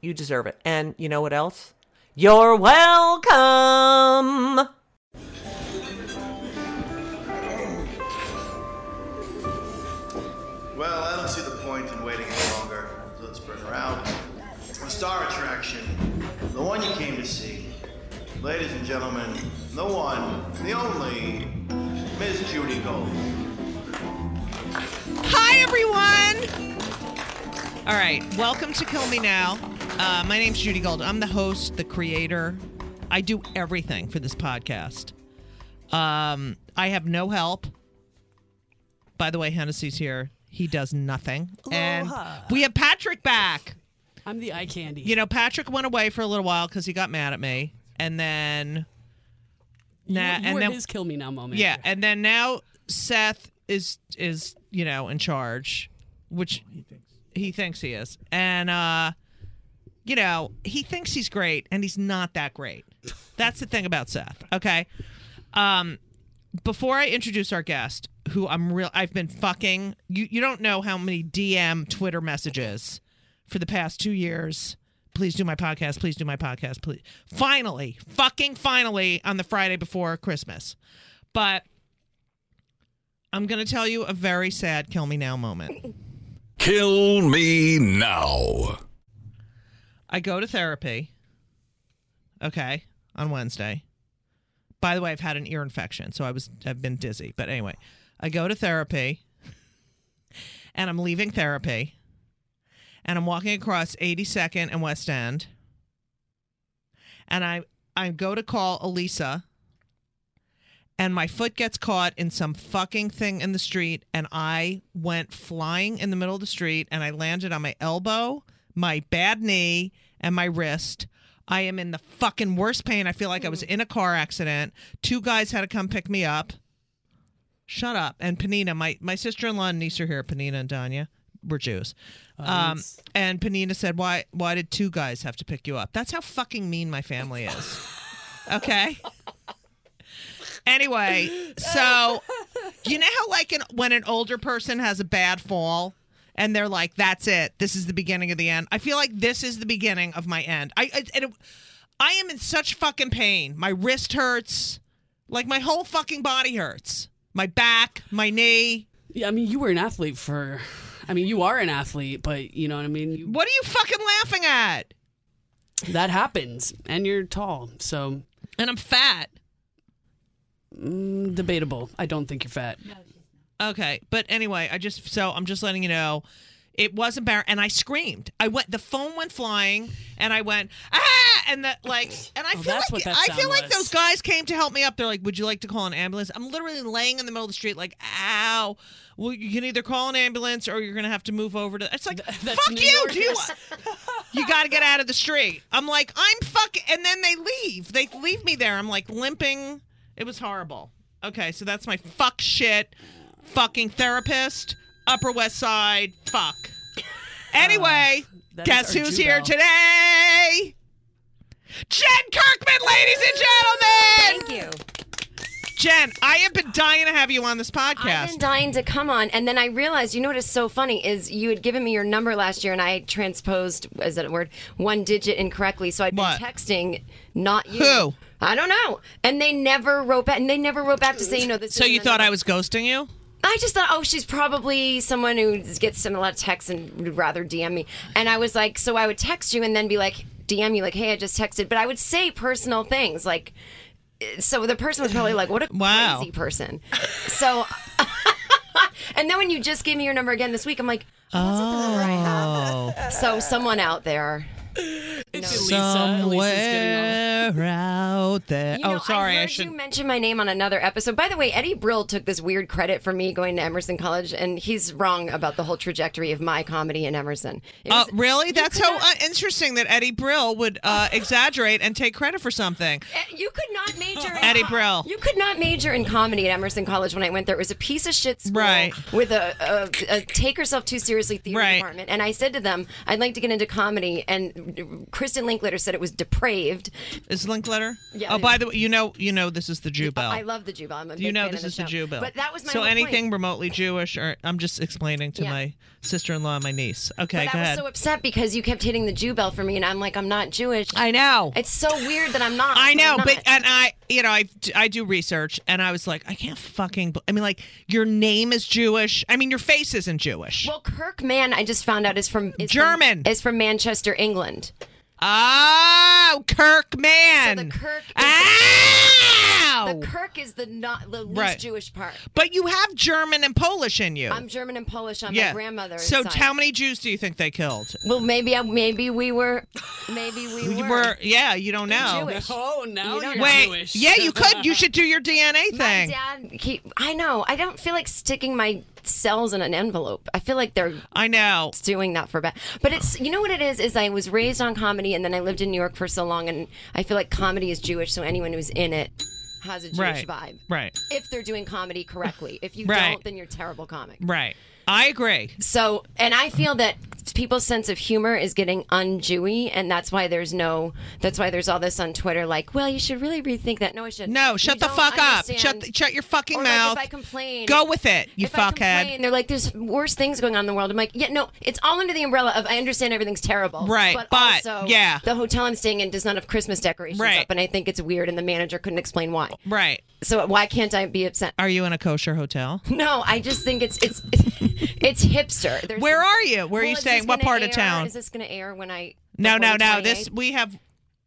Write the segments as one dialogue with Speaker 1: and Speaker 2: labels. Speaker 1: You deserve it. And you know what else? You're welcome.
Speaker 2: Well, I don't see the point in waiting any longer, so let's bring her out. The star attraction, the one you came to see. Ladies and gentlemen, the one, the only, Miss Judy Gold.
Speaker 1: Hi, everyone. All right, welcome to Kill Me Now. Uh, my name's Judy Gold. I'm the host, the creator. I do everything for this podcast. Um, I have no help. By the way, Hennessy's here. He does nothing. And we have Patrick back.
Speaker 3: I'm the eye candy.
Speaker 1: You know, Patrick went away for a little while because he got mad at me, and then
Speaker 3: You-
Speaker 1: nah,
Speaker 3: you
Speaker 1: and
Speaker 3: were
Speaker 1: then
Speaker 3: his kill me now moment.
Speaker 1: Yeah, and then now Seth is is you know in charge, which he thinks he, is, and uh, you know he thinks he's great, and he's not that great. That's the thing about Seth. Okay, um, before I introduce our guest, who I'm real, I've been fucking you. You don't know how many DM Twitter messages for the past two years. Please do my podcast. Please do my podcast. Please. Finally, fucking finally, on the Friday before Christmas but I'm going to tell you a very sad kill me now moment.
Speaker 4: Kill me now.
Speaker 1: I go to therapy. Okay, on Wednesday. By the way, I've had an ear infection, so I was I've been dizzy. But anyway, I go to therapy and I'm leaving therapy and I'm walking across 82nd and West End. And I I go to call Elisa and my foot gets caught in some fucking thing in the street and i went flying in the middle of the street and i landed on my elbow my bad knee and my wrist i am in the fucking worst pain i feel like i was in a car accident two guys had to come pick me up shut up and panina my, my sister-in-law and niece are here panina and danya were jews um,
Speaker 3: nice.
Speaker 1: and panina said why why did two guys have to pick you up that's how fucking mean my family is okay Anyway, so you know how like an, when an older person has a bad fall and they're like, "That's it. This is the beginning of the end." I feel like this is the beginning of my end. I I, and it, I am in such fucking pain. My wrist hurts. Like my whole fucking body hurts. My back, my knee.
Speaker 3: Yeah, I mean, you were an athlete for. I mean, you are an athlete, but you know what I mean. You,
Speaker 1: What are you fucking laughing at?
Speaker 3: that happens, and you're tall, so
Speaker 1: And I'm fat.
Speaker 3: mm, debatable. I don't think you're fat.
Speaker 1: Okay, but anyway, I just so I'm just letting you know, it was embarrassing, and I screamed. I went, the phone went flying, and I went ah, and that like, and I
Speaker 3: Oh,
Speaker 1: feel
Speaker 3: that's
Speaker 1: like
Speaker 3: what that
Speaker 1: I feel
Speaker 3: sound
Speaker 1: like
Speaker 3: was.
Speaker 1: those guys came to help me up. They're like, "Would you like to call an ambulance?" I'm literally laying in the middle of the street, like, "Ow!" Well, you can either call an ambulance or you're gonna have to move over to. It's like,
Speaker 3: that's
Speaker 1: fuck
Speaker 3: New
Speaker 1: you, do you?
Speaker 3: Yorkers.
Speaker 1: You got to get out of the street. I'm like, I'm fucking, and then they leave. They leave me there. I'm like limping. It was horrible. Okay, so that's my fuck shit, fucking therapist, Upper West Side, fuck. Anyway,
Speaker 5: Uh,
Speaker 3: that
Speaker 1: guess
Speaker 3: is our
Speaker 1: who's
Speaker 3: Jew
Speaker 1: here
Speaker 3: bell.
Speaker 1: today? Jen Kirkman, ladies and gentlemen.
Speaker 5: Thank you.
Speaker 1: Jen, I have been dying to have you on this
Speaker 5: I've been
Speaker 1: podcast.
Speaker 5: dying to come on, and then I realized, you know what is so funny is you had given me your number last year, and I transposed is that a word one digit incorrectly, so I'd been
Speaker 1: What?
Speaker 5: texting not you.
Speaker 1: Who?
Speaker 5: I don't know, and they never wrote back, and they never wrote back to say, you know, this.
Speaker 1: So you thought I was ghosting you?
Speaker 5: I just thought, oh, she's probably someone who gets some a lot of texts and would rather DM me. And I was like, so I would text you and then be like, DM you, like, hey, I just texted. But I would say personal things, like, eh, so the person was probably like, what a
Speaker 1: Wow.
Speaker 5: crazy person. So, and then when you just gave me your number again this week, I'm like, was it the number I have? So someone out there.
Speaker 3: It's Elisa. Elisa's getting all-
Speaker 1: out there.
Speaker 5: You know,
Speaker 1: oh, sorry. I,
Speaker 5: I, heard
Speaker 1: should.
Speaker 5: you mention my name on another episode. By the way, Eddie Brill took this weird credit for me going to Emerson College, and he's wrong about the whole trajectory of my comedy in Emerson. It
Speaker 1: Uh,
Speaker 5: was-
Speaker 1: really?
Speaker 5: you
Speaker 1: That's
Speaker 5: could
Speaker 1: so
Speaker 5: not-
Speaker 1: uh, interesting that Eddie Brill would uh, exaggerate and take credit for something.
Speaker 5: Eh, you could not major in
Speaker 1: Eddie Brill.
Speaker 5: You could not major in comedy at Emerson College when I went there. It was a piece of shit school
Speaker 1: Right.
Speaker 5: with a, a, a take herself too seriously theater
Speaker 1: Right.
Speaker 5: department. And I said to them, I'd like to get into comedy. And Kristen Linklater said it was depraved.
Speaker 1: Is Linkletter?
Speaker 5: Yeah,
Speaker 1: Oh,
Speaker 5: it
Speaker 1: by
Speaker 5: is.
Speaker 1: the way, you know, you know, this is the Jew Bell.
Speaker 5: I love the Jubal. I'm a
Speaker 1: you
Speaker 5: big
Speaker 1: know
Speaker 5: fan
Speaker 1: this
Speaker 5: of
Speaker 1: is the
Speaker 5: show.
Speaker 1: Jew Bell.
Speaker 5: But that was my
Speaker 1: so
Speaker 5: whole
Speaker 1: anything
Speaker 5: point.
Speaker 1: remotely Jewish, or I'm just explaining to
Speaker 5: Yeah.
Speaker 1: my sister-in-law and my niece. Okay,
Speaker 5: But
Speaker 1: go
Speaker 5: I was
Speaker 1: ahead.
Speaker 5: so upset because you kept hitting the Jew bell for me, and I'm like, I'm not Jewish.
Speaker 1: I know.
Speaker 5: It's so weird that I'm not.
Speaker 1: I know,
Speaker 5: I'm
Speaker 1: but uh,
Speaker 5: not.
Speaker 1: and I, you know, I I do research, and I was like, I can't fucking. b- I mean, like, your name is Jewish. I mean, your face isn't Jewish.
Speaker 5: well, Kirk Mann, I just found out is from is
Speaker 1: German.
Speaker 5: From, is from Manchester, England.
Speaker 1: Oh, Kirkman.
Speaker 5: So the Kirk is-
Speaker 1: Ow!
Speaker 5: The Kirk is the not the least
Speaker 1: Oh. Right.
Speaker 5: Jewish part.
Speaker 1: But you have German and Polish in you.
Speaker 5: I'm German and Polish on my grandmother.
Speaker 1: So
Speaker 5: side.
Speaker 1: how many Jews do you think they killed?
Speaker 5: Well, maybe I, maybe we were, maybe we
Speaker 1: You
Speaker 5: were.
Speaker 1: were yeah, you don't know.
Speaker 5: Jewish.
Speaker 3: Oh, now
Speaker 5: You
Speaker 3: you
Speaker 5: don't
Speaker 3: are
Speaker 5: know.
Speaker 1: Wait,
Speaker 3: Jewish.
Speaker 1: yeah, you could. You should do your DNA
Speaker 5: My
Speaker 1: thing.
Speaker 5: dad, he, I know. I don't feel like sticking my cells in an envelope. I feel like they're
Speaker 1: I know.
Speaker 5: doing that for bad. But it's you know what it is is I was raised on comedy and then I lived in New York for so long and I feel like comedy is Jewish so anyone who's in it has a Jewish
Speaker 1: Right.
Speaker 5: vibe.
Speaker 1: Right.
Speaker 5: If they're doing comedy correctly. If you
Speaker 1: Right.
Speaker 5: don't then you're a terrible comic.
Speaker 1: Right. I agree.
Speaker 5: So and I feel that people's sense of humor is getting unjewy and that's why there's no that's why there's all this on Twitter like, well, you should really rethink that. No, I shouldn't.
Speaker 1: No,
Speaker 5: You
Speaker 1: shut the
Speaker 5: don't
Speaker 1: fuck up.
Speaker 5: understand.
Speaker 1: Shut the, shut your fucking
Speaker 5: Or like if
Speaker 1: mouth.
Speaker 5: I complain-
Speaker 1: Go with it, you
Speaker 5: if I
Speaker 1: fuckhead.
Speaker 5: complain, they're like, "There's worse things going on in the world." I'm like, "Yeah, no, it's all under the umbrella of I understand everything's terrible,
Speaker 1: Right,
Speaker 5: But,
Speaker 1: but,
Speaker 5: also,
Speaker 1: yeah.
Speaker 5: the hotel I'm staying in does not have Christmas decorations
Speaker 1: Right.
Speaker 5: up, and I think it's weird, and the manager couldn't explain why.
Speaker 1: Right.
Speaker 5: So why can't I be upset?
Speaker 1: Are you in a kosher hotel?
Speaker 5: No, I just think it's it's it's hipster. There's
Speaker 1: Where are you? Where are
Speaker 5: Well,
Speaker 1: you
Speaker 5: is
Speaker 1: staying?
Speaker 5: this
Speaker 1: What
Speaker 5: gonna
Speaker 1: part
Speaker 5: air?
Speaker 1: of town?
Speaker 5: Is this going to air when I?
Speaker 1: No, no,
Speaker 5: before the
Speaker 1: no. This
Speaker 5: 28th?
Speaker 1: we have.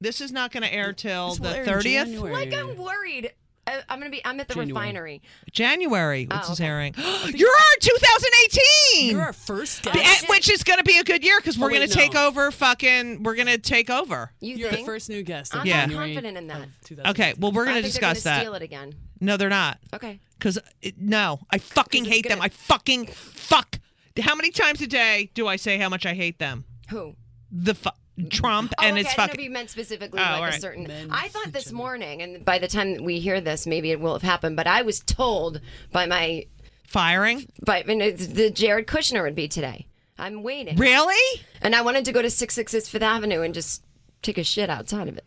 Speaker 1: This is not going to air till
Speaker 3: This will
Speaker 1: the
Speaker 3: air in
Speaker 1: thirtieth
Speaker 3: January.
Speaker 5: like I'm worried. I, I'm gonna be. I'm at the
Speaker 3: January.
Speaker 5: refinery.
Speaker 1: January. This is
Speaker 5: Oh, okay.
Speaker 1: airing. You're our 2018.
Speaker 3: You're our first guest.
Speaker 1: Eh, which is going to be a good year because we're
Speaker 3: Oh,
Speaker 1: going
Speaker 3: wait,
Speaker 1: to take
Speaker 3: no.
Speaker 1: over. Fucking, we're going to take over.
Speaker 5: You
Speaker 3: You're the
Speaker 5: think?
Speaker 3: first new guest.
Speaker 5: I'm
Speaker 3: of
Speaker 1: Yeah.
Speaker 5: not
Speaker 3: January
Speaker 5: confident in that.
Speaker 3: of 2000.
Speaker 1: eh. Okay. Well, we're
Speaker 5: I
Speaker 1: going to
Speaker 5: think they're
Speaker 1: discuss
Speaker 5: gonna
Speaker 1: that.
Speaker 5: Steal it again.
Speaker 1: No, they're not.
Speaker 5: Okay.
Speaker 1: Because no, I fucking hate them. I fucking fuck. How many times a day do I say how much I hate them?
Speaker 5: Who?
Speaker 1: The fu- Trump
Speaker 5: Oh,
Speaker 1: and
Speaker 5: okay,
Speaker 1: it's
Speaker 5: I didn't know
Speaker 1: fucking.
Speaker 5: if you meant specifically
Speaker 1: Oh,
Speaker 5: like
Speaker 1: all
Speaker 5: a
Speaker 1: right.
Speaker 5: certain.
Speaker 3: Men
Speaker 5: I
Speaker 3: each
Speaker 5: thought this
Speaker 3: other.
Speaker 5: morning, and by the time we hear this, maybe it will have happened. But I was told by my
Speaker 1: Firing?
Speaker 5: by you know, the Jared Kushner would be today. I'm waiting,
Speaker 1: Really?
Speaker 5: and I wanted to go to Six Sixes Fifth Avenue and just take a shit outside of it.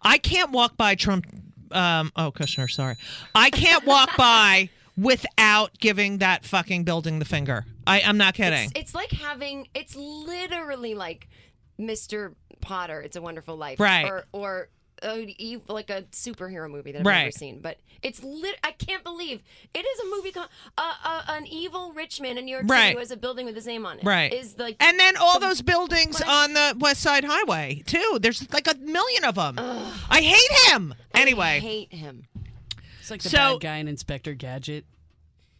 Speaker 1: I can't walk by Trump. Um, oh, Kushner, sorry. I can't walk by without giving that fucking building the finger. I, I'm not kidding.
Speaker 5: It's, it's like having. It's literally like Mr. Potter, It's a Wonderful Life,
Speaker 1: Right.
Speaker 5: Or or uh, you- like a superhero movie that I've never
Speaker 1: Right.
Speaker 5: seen. But it's lit. I can't believe it is a movie. Con- uh, uh, an evil rich man in New York City
Speaker 1: Right.
Speaker 5: who has a building with his name on it.
Speaker 1: Right.
Speaker 5: Is like
Speaker 1: and then all those buildings on the West Side Highway, too. There's like a million of them. I hate him.
Speaker 5: I
Speaker 1: Anyway,
Speaker 5: hate him.
Speaker 3: It's like the
Speaker 1: So-
Speaker 3: bad guy in Inspector Gadget.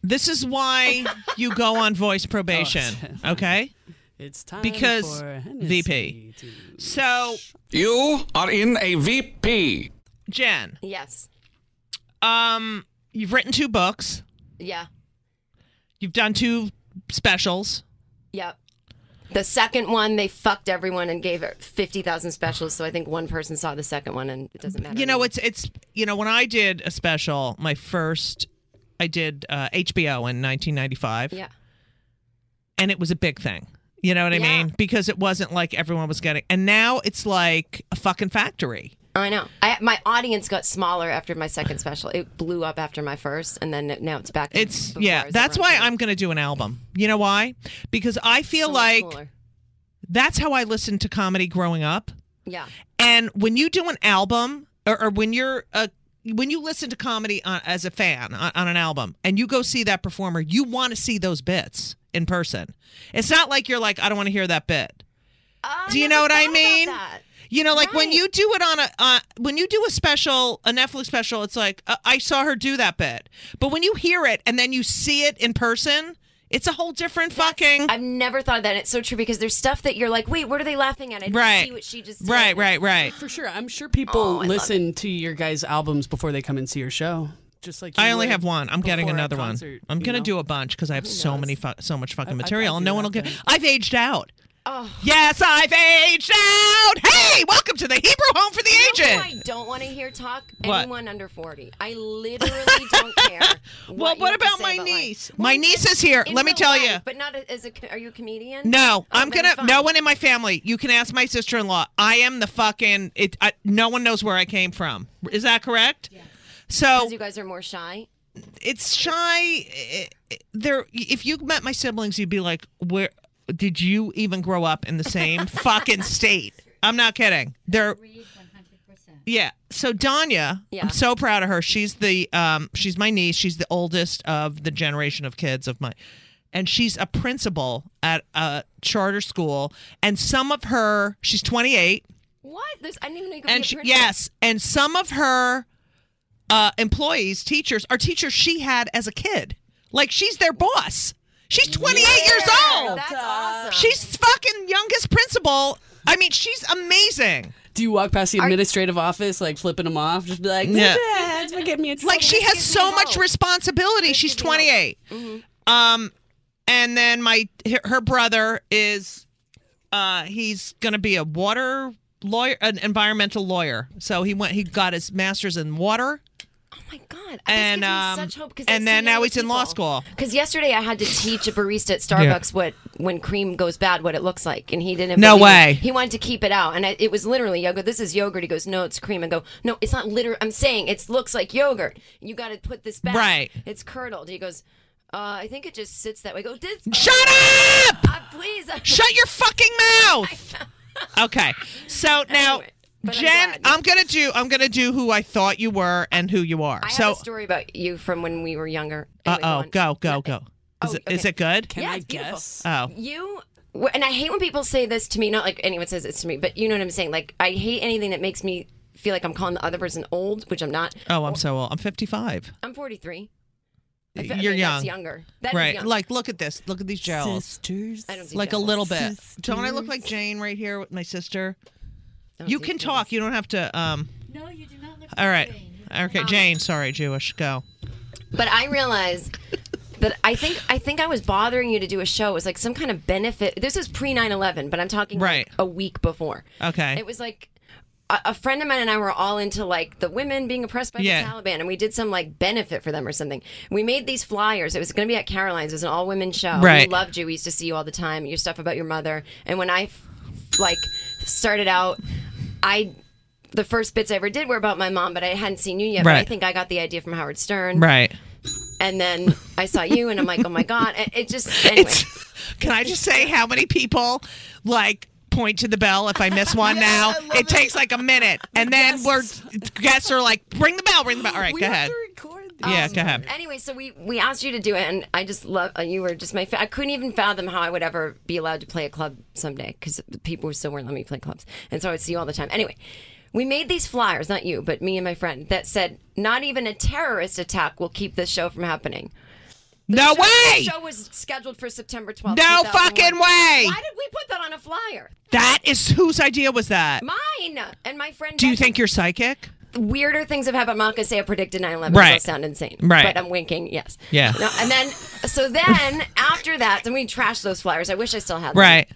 Speaker 1: this is why you go on voice probation, okay?
Speaker 3: It's time
Speaker 1: Because
Speaker 3: for Hennessy
Speaker 1: VP.
Speaker 3: to-
Speaker 1: So,
Speaker 4: You are in a VP.
Speaker 1: Jen,
Speaker 5: Yes.
Speaker 1: um, you've written two books,
Speaker 5: Yeah.
Speaker 1: you've done two specials.
Speaker 5: Yep. The second one, they fucked everyone and gave it 50,000 specials. So I think one person saw the second one and it doesn't matter.
Speaker 1: You know, it's it's you know when I did a special, my first, I did uh, HBO in 1995,
Speaker 5: Yeah.
Speaker 1: and it was a big thing. You know what I
Speaker 5: Yeah.
Speaker 1: mean? Because it wasn't like everyone was getting, and now it's like a fucking factory.
Speaker 5: I know. I, my audience got smaller after my second special. It blew up after my first, and then now it's back. to
Speaker 1: It's
Speaker 5: before it
Speaker 1: yeah.
Speaker 5: was
Speaker 1: That's
Speaker 5: ever on
Speaker 1: why
Speaker 5: TV.
Speaker 1: I'm going to do an album. You know why? Because I feel
Speaker 5: So much
Speaker 1: like
Speaker 5: smaller.
Speaker 1: that's how I listened to comedy growing up.
Speaker 5: Yeah.
Speaker 1: And when you do an album, or, or when you're a when you listen to comedy on, as a fan on, on an album, and you go see that performer, you want to see those bits in person. It's not like you're like, I don't want to hear that bit.
Speaker 5: I
Speaker 1: Do you
Speaker 5: never
Speaker 1: know what I
Speaker 5: thought about
Speaker 1: mean?
Speaker 5: that.
Speaker 1: You know, like when
Speaker 5: Right.
Speaker 1: you do it on a uh, when you do a special, a Netflix special, it's like uh, I saw her do that bit. But when you hear it and then you see it in person, it's a whole different fucking.
Speaker 5: I've never thought of that. It's so true because there's stuff that you're like, wait, what are they laughing at? I didn't
Speaker 1: Right.
Speaker 5: see what she just did.
Speaker 1: Right, right, right.
Speaker 3: For sure. I'm sure people
Speaker 5: Oh,
Speaker 3: listen to your guys' albums before they come and see your show. Just like you
Speaker 1: I only
Speaker 3: would
Speaker 1: have one. I'm getting
Speaker 3: before a
Speaker 1: another
Speaker 3: concert,
Speaker 1: one. I'm
Speaker 3: you
Speaker 1: gonna
Speaker 3: know?
Speaker 1: do a bunch because I have so many, fu- so much fucking
Speaker 3: I- I
Speaker 1: material, and
Speaker 3: do
Speaker 1: no one will
Speaker 3: that
Speaker 1: give.
Speaker 3: thing.
Speaker 1: I've aged out.
Speaker 5: Oh.
Speaker 1: Yes, I've aged out. Hey, welcome to the Hebrew Home for the
Speaker 5: You know who
Speaker 1: Aged.
Speaker 5: I don't want to hear talk
Speaker 1: What?
Speaker 5: anyone under 40. I literally don't care.
Speaker 1: Well,
Speaker 5: you
Speaker 1: what
Speaker 5: have to
Speaker 1: about
Speaker 5: say
Speaker 1: my
Speaker 5: life.
Speaker 1: niece? My niece is here.
Speaker 5: In
Speaker 1: Let me
Speaker 5: real
Speaker 1: tell
Speaker 5: life,
Speaker 1: you.
Speaker 5: But not as a. Are you a comedian?
Speaker 1: No,
Speaker 5: Oh,
Speaker 1: I'm
Speaker 5: then
Speaker 1: gonna.
Speaker 5: fine.
Speaker 1: No one in my family. You can ask my sister-in-law. I am the fucking. It. I, no one knows where I came from. Is that correct? Yeah. So
Speaker 5: 'Cause You guys are more shy.
Speaker 1: it's shy. it- it- There, if you met my siblings, you'd be like, "Where did you even grow up in the same fucking state?" I'm not kidding. They're yeah. So Danya,
Speaker 5: Yeah.
Speaker 1: I'm so proud of her. She's the um, she's my niece. She's the oldest of the generation of kids of my, and she's a principal at a charter school. And some of her, she's 28
Speaker 5: What? There's, I didn't even know you could
Speaker 1: and
Speaker 5: be
Speaker 1: she,
Speaker 5: a principal.
Speaker 1: yes, and some of her uh, employees, teachers, are teachers she had as a kid. Like she's their boss. She's 28 years old.
Speaker 5: That's awesome.
Speaker 1: She's fucking youngest principal. I mean, she's amazing.
Speaker 3: Do you walk past the administrative office, like flipping them off? Just be like,
Speaker 1: Yeah.
Speaker 3: yeah. that's what get me in trouble."
Speaker 1: Like she has so much responsibility. She's 28. Um, and then my her- her brother is, uh, he's gonna be a water lawyer, an environmental lawyer. So he went, he got his master's in water.
Speaker 5: Oh my god! I
Speaker 1: and um, and then now he's in law school.
Speaker 5: Because yesterday I had to teach a barista at Starbucks what when cream goes bad, what it looks like, and he didn't.
Speaker 1: No
Speaker 5: believe
Speaker 1: way.
Speaker 5: It. He wanted to keep it out, and I, it was literally yogurt. This is yogurt. He goes, no, it's cream. I go, no, it's not. Liter. I'm saying it looks like yogurt. You got to put this back.
Speaker 1: Right.
Speaker 5: It's curdled. He goes, uh, I think it just sits that way. I go, this,
Speaker 1: Shut up!
Speaker 5: uh, please.
Speaker 1: Shut your fucking mouth. Okay. So now
Speaker 5: Anyway, but I'm
Speaker 1: Jen, I'm,
Speaker 5: glad.
Speaker 1: gonna do I'm gonna do who I thought you were and who you are.
Speaker 5: I have
Speaker 1: so
Speaker 5: a story about you from when we were younger.
Speaker 1: uh
Speaker 5: Anyway,
Speaker 1: oh,
Speaker 5: on.
Speaker 1: go, go, go. Is,
Speaker 5: Oh,
Speaker 1: it, is
Speaker 5: okay.
Speaker 1: it good?
Speaker 3: Can
Speaker 5: Yeah,
Speaker 3: I
Speaker 5: it's beautiful.
Speaker 3: guess?
Speaker 1: Oh.
Speaker 5: You wh- and I hate when people say this to me. Not like anyone says this to me, but you know what I'm saying. Like I hate anything that makes me feel like I'm calling the other person old, which I'm not.
Speaker 1: Oh, I'm so old. I'm fifty five.
Speaker 5: I'm 43. I fe- I
Speaker 1: You're
Speaker 5: mean, that's
Speaker 1: young.
Speaker 5: younger. That is
Speaker 1: right.
Speaker 5: young.
Speaker 1: Like look at this. Look at these gels.
Speaker 3: Sisters.
Speaker 5: I don't do
Speaker 1: Like a
Speaker 5: jealous.
Speaker 1: little bit. Don't I look like Jane right here with my sister?
Speaker 5: I don't
Speaker 1: You
Speaker 5: do
Speaker 1: can
Speaker 5: jealous.
Speaker 1: talk. You don't have to um
Speaker 6: No, you do not look
Speaker 1: all
Speaker 6: like
Speaker 1: right.
Speaker 6: Jane. Um,
Speaker 1: Okay, Jane, sorry, Jewish. Go.
Speaker 5: But I realize that I think I think I was bothering you to do a show. It was like some kind of benefit. This was pre 9/11, but I'm talking like,
Speaker 1: Right.
Speaker 5: a week before.
Speaker 1: Okay.
Speaker 5: It was like a, a friend of mine and I were all into like the women being oppressed by
Speaker 1: Yeah.
Speaker 5: the Taliban, and we did some like benefit for them or something. We made these flyers. It was going to be at Caroline's. It was an all women show.
Speaker 1: Right.
Speaker 5: We loved you. We used to see you all the time. Your stuff about your mother. And when I like started out, I. The first bits I ever did were about my mom, but I hadn't seen you yet. But I
Speaker 1: Right.
Speaker 5: think I got the idea from Howard Stern
Speaker 1: Right.
Speaker 5: and then I saw you, and I'm like, oh my god! It, it just anyway.
Speaker 1: Can I just say how many people like point to the bell if I miss one now. It, takes like a minute. And then we're guests are like, ring the bell, ring the bell. All right, go ahead. yeah, go ahead.
Speaker 5: Anyway, so we we asked you to do it, and I just love uh, you were just my. Fa- I couldn't even fathom how I would ever be allowed to play a club someday because people still weren't letting me play clubs, and so I would see you all the time. Anyway, we made these flyers, not you, but me and my friend, that said, "Not even a terrorist attack will keep this show from happening."
Speaker 1: No
Speaker 5: The show-
Speaker 1: way!
Speaker 5: The show was scheduled for September twelfth.
Speaker 1: No fucking way!
Speaker 5: Why did we put that on a flyer?
Speaker 1: That is whose idea was that?
Speaker 5: Mine and my friend.
Speaker 1: Do you
Speaker 5: Becky.
Speaker 1: think you're psychic?
Speaker 5: weirder things have happened. I'm not gonna say I predicted 9/11.
Speaker 1: Right.
Speaker 5: That'll sound insane.
Speaker 1: Right.
Speaker 5: But I'm winking. Yes.
Speaker 1: Yeah.
Speaker 5: No, and then, so then after that, then we trashed those flyers. I wish I still had them.
Speaker 1: Right.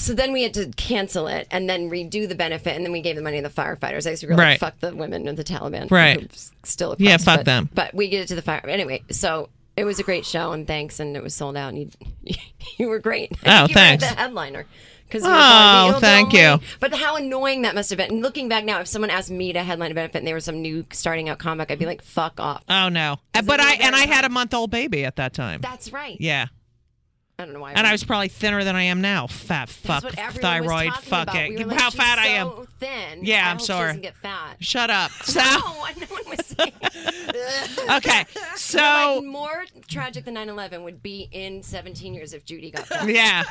Speaker 5: So then we had to cancel it and then redo the benefit, and then we gave the money to the firefighters. I used to be like,
Speaker 1: Right.
Speaker 5: fuck the women of the Taliban.
Speaker 1: Right.
Speaker 5: who s- Still.
Speaker 1: Yeah,
Speaker 5: oppressed,
Speaker 1: fuck
Speaker 5: but-
Speaker 1: them.
Speaker 5: But we get it to the fire anyway. So. It was a great show, and thanks, and it was sold out, and you, you were great.
Speaker 1: Oh,
Speaker 5: you were
Speaker 1: thanks.
Speaker 5: the headliner. 'Cause we were
Speaker 1: Oh,
Speaker 5: going, "You'll
Speaker 1: thank
Speaker 5: go
Speaker 1: you."
Speaker 5: away." But how annoying that must have been. And looking back now, if someone asked me to headline a benefit and they were some new starting out comic, I'd be like, fuck off.
Speaker 1: Oh no. Uh, But I and I had a month old baby at that time.
Speaker 5: That's right.
Speaker 1: Yeah.
Speaker 5: I don't know why.
Speaker 1: And I
Speaker 5: would-
Speaker 1: was probably thinner than I am now. Fat
Speaker 5: That's
Speaker 1: fuck
Speaker 5: what everyone was
Speaker 1: thyroid
Speaker 5: talking
Speaker 1: fuck
Speaker 5: about.
Speaker 1: it.
Speaker 5: We were like,
Speaker 1: How
Speaker 5: "She's
Speaker 1: fat I am.
Speaker 5: so Thin.
Speaker 1: Yeah,
Speaker 5: I
Speaker 1: I'm
Speaker 5: hope she
Speaker 1: sorry.
Speaker 5: doesn't get fat.
Speaker 1: Shut up. So
Speaker 5: No, no one was saying.
Speaker 1: okay.
Speaker 5: Like,
Speaker 1: So
Speaker 5: more tragic than 9/11 would be in 17 years if Judy got fat.
Speaker 1: yeah.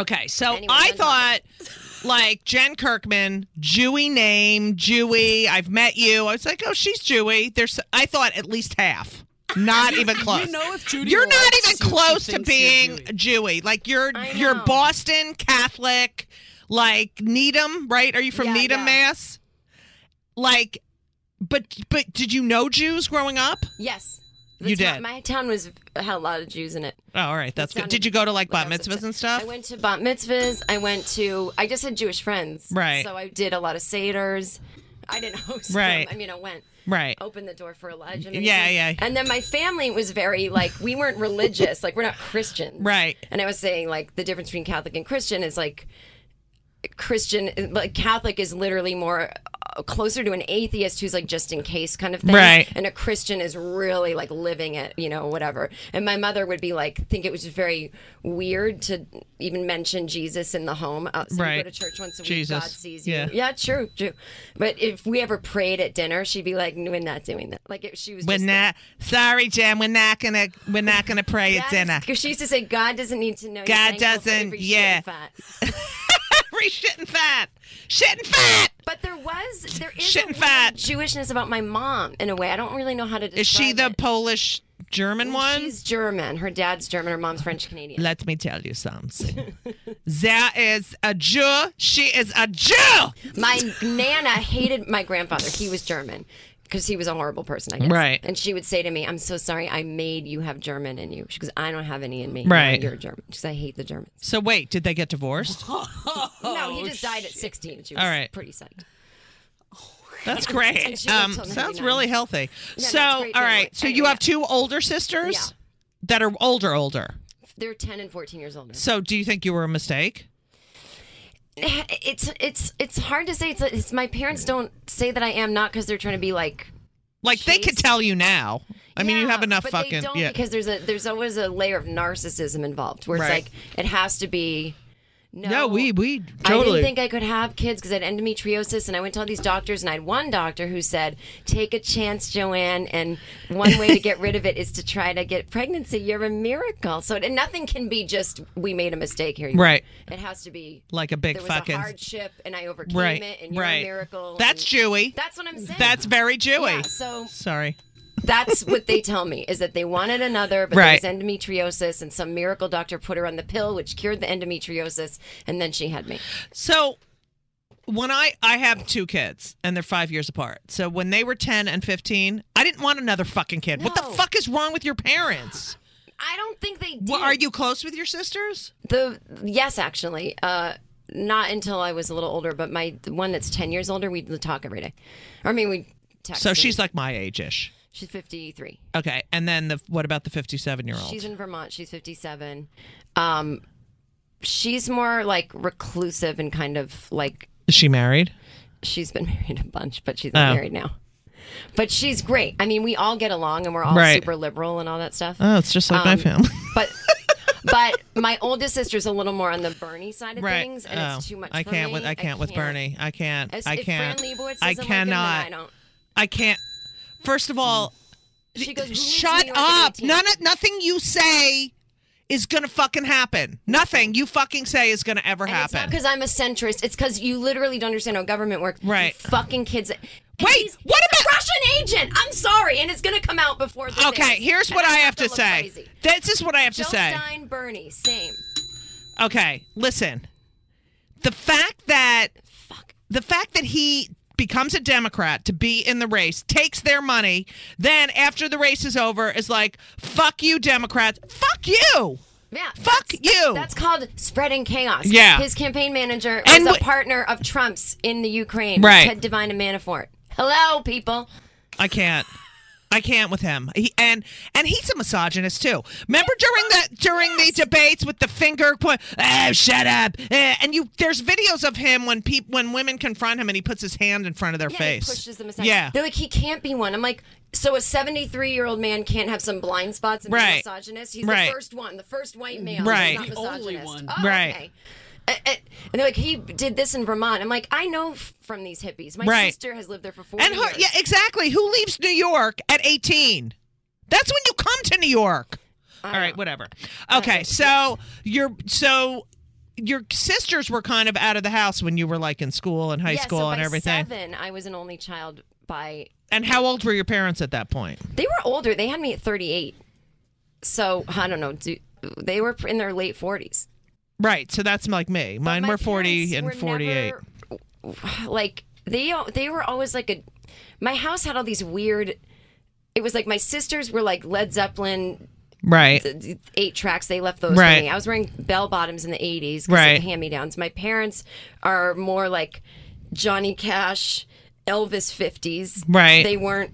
Speaker 1: Okay, so
Speaker 5: Anyway,
Speaker 1: I
Speaker 5: on
Speaker 1: thought
Speaker 5: topic.
Speaker 1: like Jen Kirkman, Jewy name, Jewy. I've met you. I was like, oh, she's Jewy. There's, I thought at least half, not even close.
Speaker 3: You know if Judy
Speaker 1: You're not
Speaker 3: Waltz
Speaker 1: even
Speaker 3: thinks she
Speaker 1: close to
Speaker 3: thinks
Speaker 1: being
Speaker 3: you're Jewy.
Speaker 1: Jewy. Like you're
Speaker 5: I
Speaker 1: you're
Speaker 5: know.
Speaker 1: Boston Catholic, like Needham, right? Are you from
Speaker 5: Yeah,
Speaker 1: Needham,
Speaker 5: yeah.
Speaker 1: Mass? Like, but but did you know Jews growing up?
Speaker 5: Yes.
Speaker 1: You
Speaker 5: town-
Speaker 1: did.
Speaker 5: My town was had a lot of Jews in it.
Speaker 1: Oh, all right, that's
Speaker 5: It
Speaker 1: good.
Speaker 5: sounded
Speaker 1: Did you go to like bat
Speaker 5: I was upset.
Speaker 1: mitzvahs and stuff?
Speaker 5: I went to bat mitzvahs. I went to. I just had Jewish friends,
Speaker 1: Right.
Speaker 5: So I did a lot of seders. I didn't host
Speaker 1: Right.
Speaker 5: them. I mean, I went.
Speaker 1: right.
Speaker 5: Opened the door for Elijah. and
Speaker 1: Yeah,
Speaker 5: everything.
Speaker 1: yeah.
Speaker 5: And then my family was very like we weren't religious, like we're not Christians,
Speaker 1: Right.
Speaker 5: And I was saying like the difference between Catholic and Christian is like Christian, like Catholic is literally more uh, closer to an atheist who's like just in case kind of thing,
Speaker 1: Right.
Speaker 5: And a Christian is really like living it, you know, whatever. And my mother would be like, think it was just very weird to even mention Jesus in the home. Uh, so we
Speaker 1: Right.
Speaker 5: go to church once a week.
Speaker 1: Jesus.
Speaker 5: God sees you.
Speaker 1: Yeah.
Speaker 5: Yeah. true, true. But if we ever prayed at dinner, she'd be like, "We're not doing that." Like if she was
Speaker 1: We're
Speaker 5: just
Speaker 1: not. Sorry, Jen. We're not gonna. We're not gonna pray at dinner.
Speaker 5: Because she used to say, "God doesn't need to know." you're
Speaker 1: God
Speaker 5: thankful for
Speaker 1: doesn't-
Speaker 5: every shit
Speaker 1: yeah.
Speaker 5: and fat."
Speaker 1: Every shit and fat. Shit and fat.
Speaker 5: But there was there is
Speaker 1: Shit
Speaker 5: a
Speaker 1: and
Speaker 5: weird
Speaker 1: fat.
Speaker 5: Jewishness about my mom in a way. I don't really know how to describe
Speaker 1: Is she the
Speaker 5: it.
Speaker 1: Polish German one?
Speaker 5: She's German. Her dad's German. Her mom's French Canadian.
Speaker 1: Let me tell you something. there is a Jew. She is a Jew.
Speaker 5: my nana hated my grandfather. He was German because he was a horrible person, I guess.
Speaker 1: Right.
Speaker 5: And she would say to me, "I'm so sorry. I made you have German in you." She goes, "I don't have any in me.
Speaker 1: Right.
Speaker 5: You're German." Because I hate the Germans.
Speaker 1: So wait, did they get divorced?
Speaker 5: no, he just died at 16. She was
Speaker 1: Oh, All right.
Speaker 5: pretty psyched.
Speaker 1: That's great.
Speaker 5: she lived
Speaker 1: Um,
Speaker 5: till
Speaker 1: sounds
Speaker 5: 99.
Speaker 1: really healthy.
Speaker 5: it's
Speaker 1: so
Speaker 5: great
Speaker 1: all
Speaker 5: family.
Speaker 1: right. So you
Speaker 5: Anyway.
Speaker 1: have two older sisters
Speaker 5: Yeah.
Speaker 1: that are older, older.
Speaker 5: They're 10 and 14 years older.
Speaker 1: So do you think you were a mistake?
Speaker 5: It's it's it's hard to say. It's, it's my parents don't say that I am not because they're trying to be like
Speaker 1: Like they could
Speaker 5: Jeez.
Speaker 1: tell you now. I mean, you
Speaker 5: Yeah,
Speaker 1: have enough
Speaker 5: but
Speaker 1: fucking
Speaker 5: they don't
Speaker 1: yeah.
Speaker 5: because there's a there's always a layer of narcissism involved where it's
Speaker 1: Right.
Speaker 5: like it has to be. No,
Speaker 1: no, we we
Speaker 5: I
Speaker 1: totally.
Speaker 5: didn't think I could have kids because I had endometriosis, and I went to all these doctors, and I had one doctor who said, "Take a chance, Joanne, and one way to get rid of it is to try to get pregnancy. You're a miracle." So, and nothing can be just we made a mistake here, you are."
Speaker 1: Right.
Speaker 5: It has to be
Speaker 1: Like a big
Speaker 5: there was
Speaker 1: fucking-
Speaker 5: a hardship, and I overcame
Speaker 1: right,
Speaker 5: it, and you're
Speaker 1: right.
Speaker 5: a miracle.
Speaker 1: That's
Speaker 5: and-
Speaker 1: Jewy.
Speaker 5: That's what I'm saying.
Speaker 1: That's very Jewy.
Speaker 5: yeah, so
Speaker 1: Sorry.
Speaker 5: that's what they tell me is that they wanted another, but
Speaker 1: Right.
Speaker 5: there was endometriosis, and some miracle doctor put her on the pill, which cured the endometriosis, and then she had me.
Speaker 1: So when I I have two kids and they're 5 years apart. So when they were 10 and 15, I didn't want another fucking kid. What the
Speaker 5: No.
Speaker 1: fuck is wrong with your parents?
Speaker 5: I don't think they did.
Speaker 1: What are you close with your sisters?
Speaker 5: The yes, actually, uh, not until I was a little older, but my the one that's ten years older, we talk every day. Or, I mean, we text.
Speaker 1: So
Speaker 5: and-
Speaker 1: she's like my age-ish.
Speaker 5: she's fifty three.
Speaker 1: Okay. And then the what about the 57-year-old?
Speaker 5: She's in Vermont. She's fifty seven. Um, she's more like reclusive and kind of like
Speaker 1: is she married?
Speaker 5: she's been married a bunch, but she's not
Speaker 1: Oh.
Speaker 5: married now. But she's great. I mean, we all get along and we're all
Speaker 1: Right.
Speaker 5: super liberal and all that stuff.
Speaker 1: Oh, it's just like my
Speaker 5: Um,
Speaker 1: family.
Speaker 5: But but my oldest sister's a little more on the Bernie side of
Speaker 1: Right.
Speaker 5: things, and
Speaker 1: Oh,
Speaker 5: it's too much.
Speaker 1: I
Speaker 5: for
Speaker 1: can't
Speaker 5: me.
Speaker 1: with I can't with Bernie. I can't.
Speaker 5: As-
Speaker 1: I
Speaker 5: if
Speaker 1: can't.
Speaker 5: Fran Lebowitz
Speaker 1: I
Speaker 5: doesn't like him, then
Speaker 1: cannot.
Speaker 5: I don't.
Speaker 1: I can't. First of all,
Speaker 5: She goes. "Who lives in
Speaker 1: shut
Speaker 5: New York at
Speaker 1: up.
Speaker 5: 18?"
Speaker 1: None of, nothing you say is gonna fucking happen. Nothing you fucking say is gonna ever
Speaker 5: And It's not
Speaker 1: happen.
Speaker 5: because I'm a centrist. It's because you literally don't understand how government works. You
Speaker 1: Right.
Speaker 5: fucking kids. And
Speaker 1: Wait,
Speaker 5: he's-
Speaker 1: what about-
Speaker 5: he's a Russian agent? I'm sorry, and it's gonna come out before. The
Speaker 1: Okay,
Speaker 5: thing.
Speaker 1: here's
Speaker 5: And
Speaker 1: what
Speaker 5: I'm
Speaker 1: I
Speaker 5: not
Speaker 1: have to
Speaker 5: gonna look
Speaker 1: say.
Speaker 5: crazy.
Speaker 1: This is what I have to
Speaker 5: Jill
Speaker 1: say.
Speaker 5: Stein, Bernie, same.
Speaker 1: Okay, listen. The fact that the fact that he becomes a Democrat to be in the race, takes their money, then after the race is over is like, fuck you, Democrats. Fuck you.
Speaker 5: Yeah.
Speaker 1: Fuck
Speaker 5: that's-
Speaker 1: you.
Speaker 5: That's called spreading chaos.
Speaker 1: Yeah.
Speaker 5: His campaign manager
Speaker 1: And
Speaker 5: is a
Speaker 1: wh-
Speaker 5: partner of Trump's in the Ukraine.
Speaker 1: Right.
Speaker 5: Ted Devine and Manafort. Hello, people.
Speaker 1: I can't. I can't with him. He, and and he's a misogynist too. Remember during the during the debates with the finger point, oh, shut up. Eh, And you there's videos of him when peop, when women confront him and he puts his hand in front of their
Speaker 5: Yeah, and
Speaker 1: face.
Speaker 5: He pushes them aside.
Speaker 1: Yeah.
Speaker 5: They're like, he can't be one. I'm like, so a 73 year old man can't have some blind spots and
Speaker 1: Right.
Speaker 5: be a misogynist? He's
Speaker 1: Right.
Speaker 5: the first one, the first white male.
Speaker 1: Right.
Speaker 5: That's
Speaker 1: The
Speaker 5: not
Speaker 3: only one.
Speaker 5: misogynist. Oh,
Speaker 1: Right.
Speaker 5: okay. A- a- And they're like, he did this in Vermont. I'm like, I know f- from these hippies. My
Speaker 1: Right.
Speaker 5: sister has lived there for 40
Speaker 1: And her,
Speaker 5: years.
Speaker 1: yeah, exactly. Who leaves New York at 18? That's when you come to New York. All right, whatever. Okay, so your so your sisters were kind of out of the house when you were like in school and high
Speaker 5: Yeah,
Speaker 1: school
Speaker 5: so
Speaker 1: and
Speaker 5: by
Speaker 1: everything.
Speaker 5: Seven, I was an only child by
Speaker 1: And how old were your parents at that point?
Speaker 5: They were older. They had me at 38. So I don't know. Do, they were in their late 40s.
Speaker 1: Right, so that's like me. Mine
Speaker 5: My
Speaker 1: were 40
Speaker 5: parents
Speaker 1: and
Speaker 5: were
Speaker 1: 48.
Speaker 5: never- like they they were always like a. My house had all these weird. It was like my sisters were like Led Zeppelin
Speaker 1: right.
Speaker 5: eight tracks. They left those
Speaker 1: Right.
Speaker 5: for me. I was wearing bell bottoms in the 80s.
Speaker 1: Right.
Speaker 5: Right. Hand me downs. My parents are more like Johnny Cash, Elvis 50s.
Speaker 1: Right.
Speaker 5: They weren't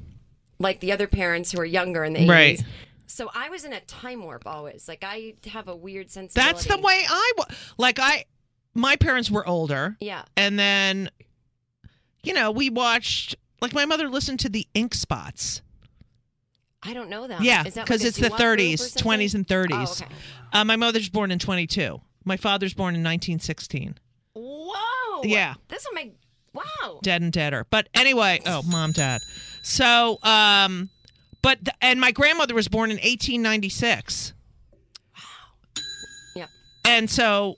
Speaker 5: like the other parents who were younger in the 80s.
Speaker 1: Right.
Speaker 5: So I was in a time warp always. Like I have a weird sense.
Speaker 1: That's the way I wa- like I my parents were older.
Speaker 5: Yeah.
Speaker 1: And then you know, we watched like my mother listened to the Ink Spots.
Speaker 5: I don't know that.
Speaker 1: Yeah,
Speaker 5: Oh, Is that like
Speaker 1: because
Speaker 5: a
Speaker 1: it's the
Speaker 5: doo-wop group or
Speaker 1: 30s,
Speaker 5: something?
Speaker 1: 20s, and 30s.
Speaker 5: Oh, okay.
Speaker 1: uh, my mother's born in 22. My father's born in 1916.
Speaker 5: Whoa.
Speaker 1: Yeah.
Speaker 5: This is my. Wow.
Speaker 1: Dead and deader. But anyway, oh, mom, dad. So, um, but th- and my grandmother was born in 1896,
Speaker 5: Yeah.
Speaker 1: and so.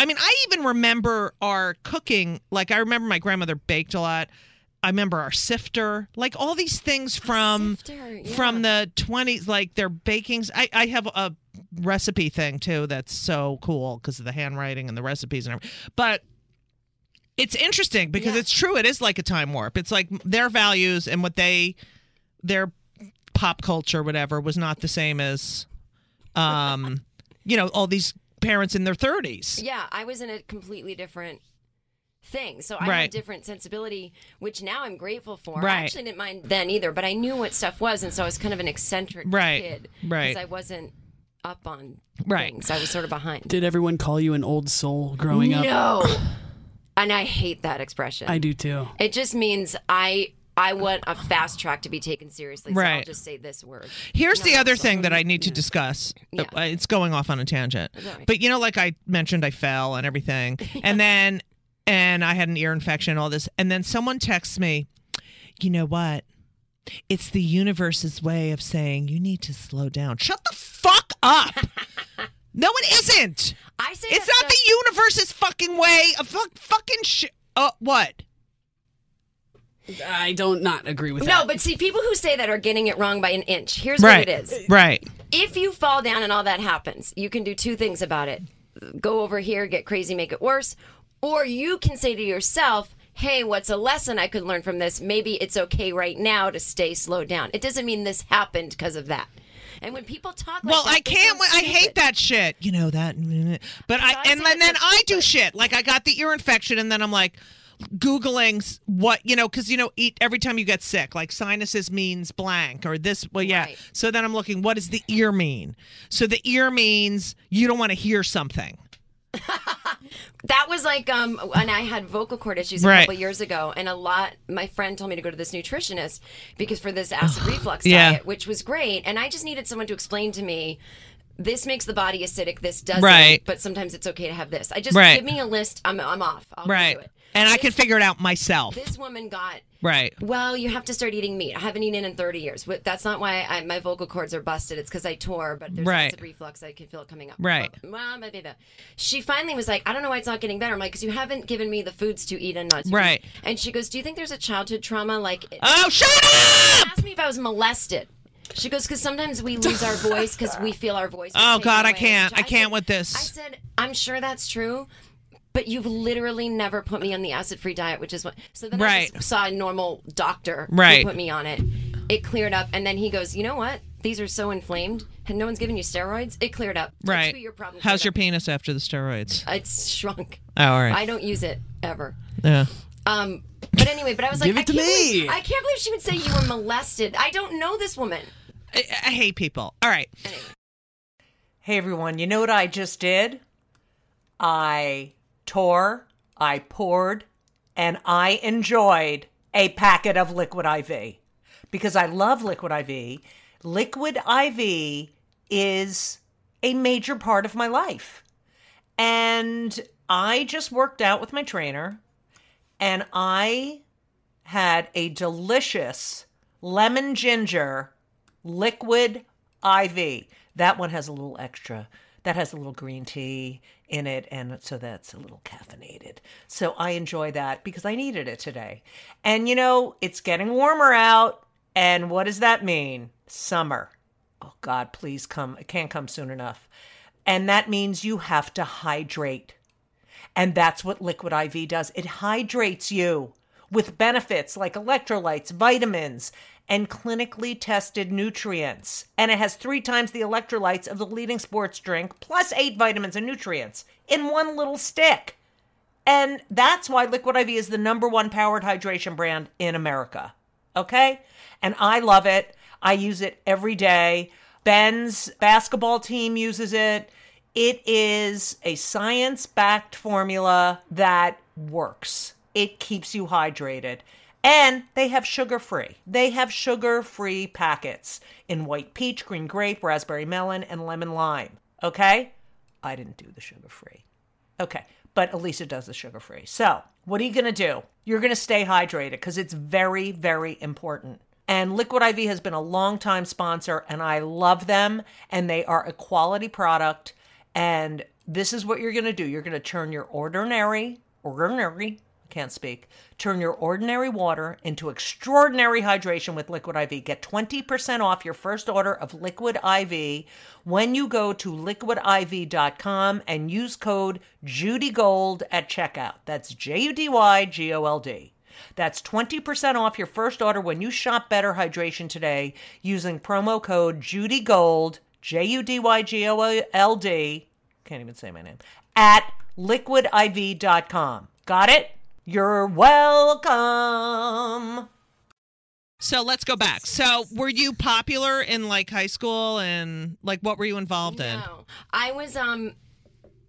Speaker 1: I mean, I even remember our cooking. Like, I remember my grandmother baked a lot. I remember our sifter, like all these things from
Speaker 5: Sifter,
Speaker 1: from
Speaker 5: yeah.
Speaker 1: the 20s like their bakings I, I have a recipe thing too that's so cool because of the handwriting and the recipes and everything but it's interesting because
Speaker 5: Yeah.
Speaker 1: it's true it is like a time warp it's like their values and what they their pop culture whatever was not the same as um you know all these parents in their 30s
Speaker 5: Yeah, I was in a completely different thing. So I had
Speaker 1: Right.
Speaker 5: a different sensibility, which now I'm grateful for.
Speaker 1: Right.
Speaker 5: I actually didn't mind then either, but I knew what stuff was, and so I was kind of an eccentric
Speaker 1: Right.
Speaker 5: kid.
Speaker 1: Right.
Speaker 5: Because I wasn't up on
Speaker 1: Right.
Speaker 5: things. I was sort of behind.
Speaker 3: Did everyone call you an old soul growing up?
Speaker 5: No. and I hate that expression.
Speaker 3: I do too.
Speaker 5: It just means I I want a fast track to be taken seriously. So I'll
Speaker 1: Right.
Speaker 5: just say this word.
Speaker 1: Here's the
Speaker 5: No,
Speaker 1: other
Speaker 5: it's
Speaker 1: thing that I need to discuss.
Speaker 5: Yeah.
Speaker 1: Uh, It's going off on a tangent.
Speaker 5: all right.
Speaker 1: But you know, like I mentioned, I fell and everything. And then, and I had an ear infection, all this. And then someone texts me, you know what? It's the universe's way of saying you need to slow down. Shut the fuck up. no, it isn't.
Speaker 5: I say
Speaker 1: It's
Speaker 5: that
Speaker 1: not
Speaker 5: stuff-
Speaker 1: the universe's fucking way of fuck, fucking shit. Uh, what?
Speaker 3: I don't not agree with
Speaker 5: No,
Speaker 3: that.
Speaker 5: but see, people who say that are getting it wrong by an inch. Here's what it is.
Speaker 1: Right.
Speaker 5: if you fall down and all that happens, you can do two things about it. Go over here, get crazy, make it worse. Or you can say to yourself, hey, what's a lesson I could learn from this? Maybe it's okay right now to stay slowed down. It doesn't mean this happened because of that. And when people talk like
Speaker 1: Well,
Speaker 5: that,
Speaker 1: I
Speaker 5: they
Speaker 1: can't.
Speaker 5: sound
Speaker 1: I hate
Speaker 5: stupid.
Speaker 1: that shit. You know that. But I
Speaker 5: So I
Speaker 1: and,
Speaker 5: say
Speaker 1: then- then
Speaker 5: it's
Speaker 1: I do shit. Like I got the ear infection, and then I'm like googling s- what you know because you know eat every time you get sick like sinuses means blank or this well yeah
Speaker 5: Right.
Speaker 1: so then i'm looking what does the ear mean so the ear means you don't want to hear something
Speaker 5: That was like, um, and I had vocal cord issues a
Speaker 1: Right.
Speaker 5: couple years ago, and a lot. My friend told me to go to this nutritionist because for this acid reflux
Speaker 1: Yeah.
Speaker 5: diet, which was great, and I just needed someone to explain to me this makes the body acidic, this doesn't.
Speaker 7: Right.
Speaker 5: But sometimes it's okay to have this. I just
Speaker 7: Right.
Speaker 5: give me a list. I'm I'm off. I'll
Speaker 7: Right.
Speaker 5: do it.
Speaker 7: And I can figure it out myself.
Speaker 5: This woman got
Speaker 7: Right.
Speaker 5: well, you have to start eating meat. I haven't eaten in 30 years. Wh- That's not why I, my vocal cords are busted. It's because I tore, but there's
Speaker 7: Right.
Speaker 5: acid reflux. I can feel it coming up.
Speaker 7: Right.
Speaker 5: Well, blah, blah, blah. She finally was like, I don't know why it's not getting better. I'm like, because you haven't given me the foods to eat and not to eat."
Speaker 7: Right.
Speaker 5: And she goes, Do you think there's a childhood trauma? Like, it-
Speaker 7: Oh, shut up!
Speaker 5: asked me if I was molested. She goes, because sometimes we lose our voice because we feel our voice. was
Speaker 7: Oh,
Speaker 5: taken
Speaker 7: God, I
Speaker 5: away."
Speaker 7: can't. I can't
Speaker 5: said-
Speaker 7: with this.
Speaker 5: I said, I'm sure that's true, but you've literally never put me on the acid-free diet, which is what. So then I
Speaker 7: Right.
Speaker 5: just saw a normal doctor
Speaker 7: Right.
Speaker 5: who put me on it. It cleared up, and then he goes, you know what? These are so inflamed, and no one's giving you steroids. It cleared up. A
Speaker 7: Right.
Speaker 5: two-year problem.
Speaker 7: How's your
Speaker 5: cleared
Speaker 7: penis after the steroids?
Speaker 5: up. It's shrunk.
Speaker 7: Oh, all right.
Speaker 5: I don't use it ever.
Speaker 7: Yeah.
Speaker 5: Um, but anyway, but I was like,
Speaker 3: Give it
Speaker 5: I
Speaker 3: to
Speaker 5: can't
Speaker 3: me.
Speaker 5: believe- I can't believe she would say you were molested. I don't know this woman.
Speaker 7: I, I hate people. All right.
Speaker 1: Hey everyone, you know what I just did? I tore, I poured, and I enjoyed a packet of liquid IV because I love liquid IV. Liquid IV is a major part of my life. And I just worked out with my trainer and I had a delicious lemon ginger liquid IV. That one has a little extra. That has a little green tea in it, and so that's a little caffeinated. So I enjoy that because I needed it today. And you know, it's getting warmer out, and what does that mean? Summer. Oh God, please come. It can't come soon enough. And that means you have to hydrate. And that's what Liquid IV does. It hydrates you with benefits like electrolytes, vitamins, and clinically tested nutrients. And it has three times the electrolytes of the leading sports drink, plus eight vitamins and nutrients in one little stick. And that's why Liquid IV is the number one powered hydration brand in America. Okay? And I love it. I use it every day. Ben's basketball team uses it. It is a science backed formula that works, it keeps you hydrated. And they have sugar free. They have sugar free packets in white peach, green grape, raspberry melon, and lemon lime. Okay? I didn't do the sugar free. Okay. But Elisa does the sugar free. So, what are you going to do? You're going to stay hydrated because it's very, very important. And Liquid IV has been a longtime sponsor, and I love them, and they are a quality product. And this is what you're going to do you're going to turn your ordinary, ordinary, can't speak. Turn your ordinary water into extraordinary hydration with Liquid IV. Get 20% off your first order of Liquid IV when you go to liquidiv.com and use code JudyGold at checkout. That's J U D Y G O L D. That's 20% off your first order when you shop Better Hydration today using promo code JudyGold, J U D Y G O L D can't even say my name at liquidiv.com got it you're welcome
Speaker 7: So let's go back. So were you popular in like high school and like what were you involved in?
Speaker 5: No, I was um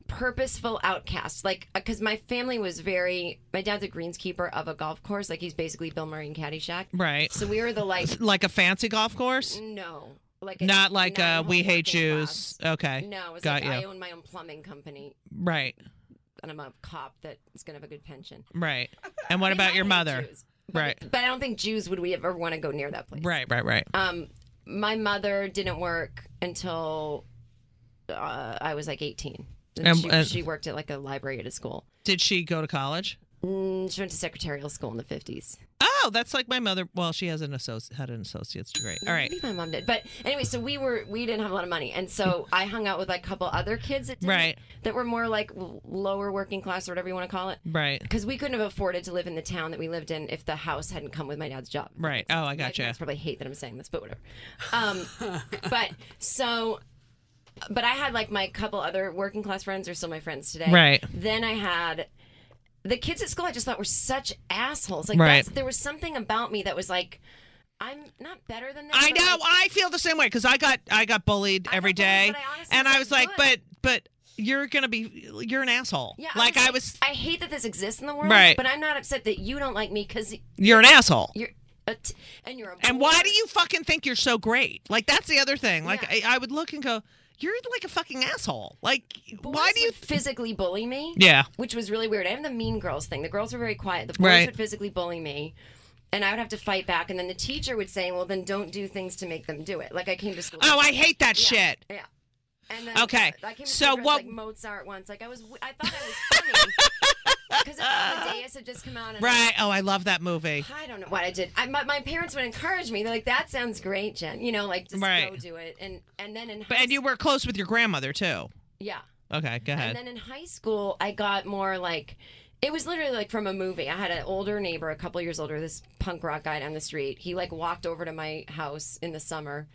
Speaker 5: purposeful outcast, like because my family was very. My dad's a greenskeeper of a golf course, like he's basically Bill Murray in Caddyshack.
Speaker 7: Right.
Speaker 5: So we were the like
Speaker 7: Like a fancy golf course?
Speaker 5: no, like
Speaker 7: Not like uh, we hate Jews.
Speaker 5: Jews.
Speaker 7: Okay.
Speaker 5: No, it's
Speaker 7: Got
Speaker 5: like I
Speaker 7: you.
Speaker 5: own my own plumbing company,
Speaker 7: Right.
Speaker 5: and I'm a cop that is gonna have a good pension.
Speaker 7: Right. And
Speaker 5: I
Speaker 7: what
Speaker 5: mean, I
Speaker 7: about your
Speaker 5: hate
Speaker 7: mother?
Speaker 5: Jews, but-
Speaker 7: Right.
Speaker 5: But I don't think Jews would we ever want to go near that place.
Speaker 7: Right, right, right.
Speaker 5: Um, my mother didn't work until uh, I was like 18. And
Speaker 7: And-
Speaker 5: she,
Speaker 7: and-
Speaker 5: she worked at like a library at a school.
Speaker 7: Did she go to college?
Speaker 5: Mm, she went to secretarial school in the 50s.
Speaker 7: Oh, that's like my mother. Well, she has an associ- had an associate's degree. All right.
Speaker 5: Maybe my mom did. But anyway, so we were we didn't have a lot of money, and so I hung out with like a couple other kids that didn't-
Speaker 7: Right.
Speaker 5: that were more like l- lower working class or whatever you want to call it.
Speaker 7: Right.
Speaker 5: Because we couldn't have afforded to live in the town that we lived in if the house hadn't come with my dad's job.
Speaker 7: Right. Oh, I
Speaker 5: My
Speaker 7: got you.
Speaker 5: parents probably hate that I'm saying this, but whatever. Um, but so, but I had like my couple other working class friends are still my friends today.
Speaker 7: Right.
Speaker 5: Then I had the kids at school. I just thought were such assholes. Like
Speaker 7: Right.
Speaker 5: that's, there was something about me that was like, I'm not better than them.
Speaker 7: I
Speaker 5: but,
Speaker 7: know.
Speaker 5: like,
Speaker 7: I feel the same way because I got I got bullied
Speaker 5: got
Speaker 7: every
Speaker 5: bullied,
Speaker 7: day,
Speaker 5: but I honestly
Speaker 7: and I was
Speaker 5: felt
Speaker 7: like,
Speaker 5: good.
Speaker 7: but but you're gonna be you're an asshole.
Speaker 5: yeah,
Speaker 7: like I was,
Speaker 5: I hate that this exists in the world.
Speaker 7: Right.
Speaker 5: But I'm not upset that you don't like me because
Speaker 7: you're an asshole.
Speaker 5: you're a t- and you're a
Speaker 7: and why do you fucking think you're so great? Like that's the other thing. Like I, I would look and go, you're like a fucking asshole. Like,
Speaker 5: Boys
Speaker 7: why do you?
Speaker 5: would physically bully me?
Speaker 7: Yeah.
Speaker 5: which was really weird. I am the mean girls thing. The girls were very quiet. The boys
Speaker 7: Right.
Speaker 5: would physically bully me. And I would have to fight back, and then the teacher would say, "Well, then don't do things to make them do it." Like I came to school.
Speaker 7: oh, I hate that shit.
Speaker 5: Yeah. And then uh,
Speaker 7: Okay,
Speaker 5: I came to
Speaker 7: so
Speaker 5: so what?
Speaker 7: what-
Speaker 5: Like Mozart once, like I was, I thought I was funny because the Amadeus had just come out. And
Speaker 7: Right. Oh, I love that movie.
Speaker 5: I don't know what I did. I, my, my parents would encourage me. They're like, "That sounds great, Jen. You know, like just go
Speaker 7: Right.
Speaker 5: do it." And and then in high
Speaker 7: But and you
Speaker 5: s-
Speaker 7: were close with your grandmother too.
Speaker 5: yeah.
Speaker 7: Okay, go
Speaker 5: And
Speaker 7: ahead.
Speaker 5: then in high school, I got more like it was literally like from a movie. I had an older neighbor, a couple years older, this punk rock guy down the street. He like walked over to my house in the summer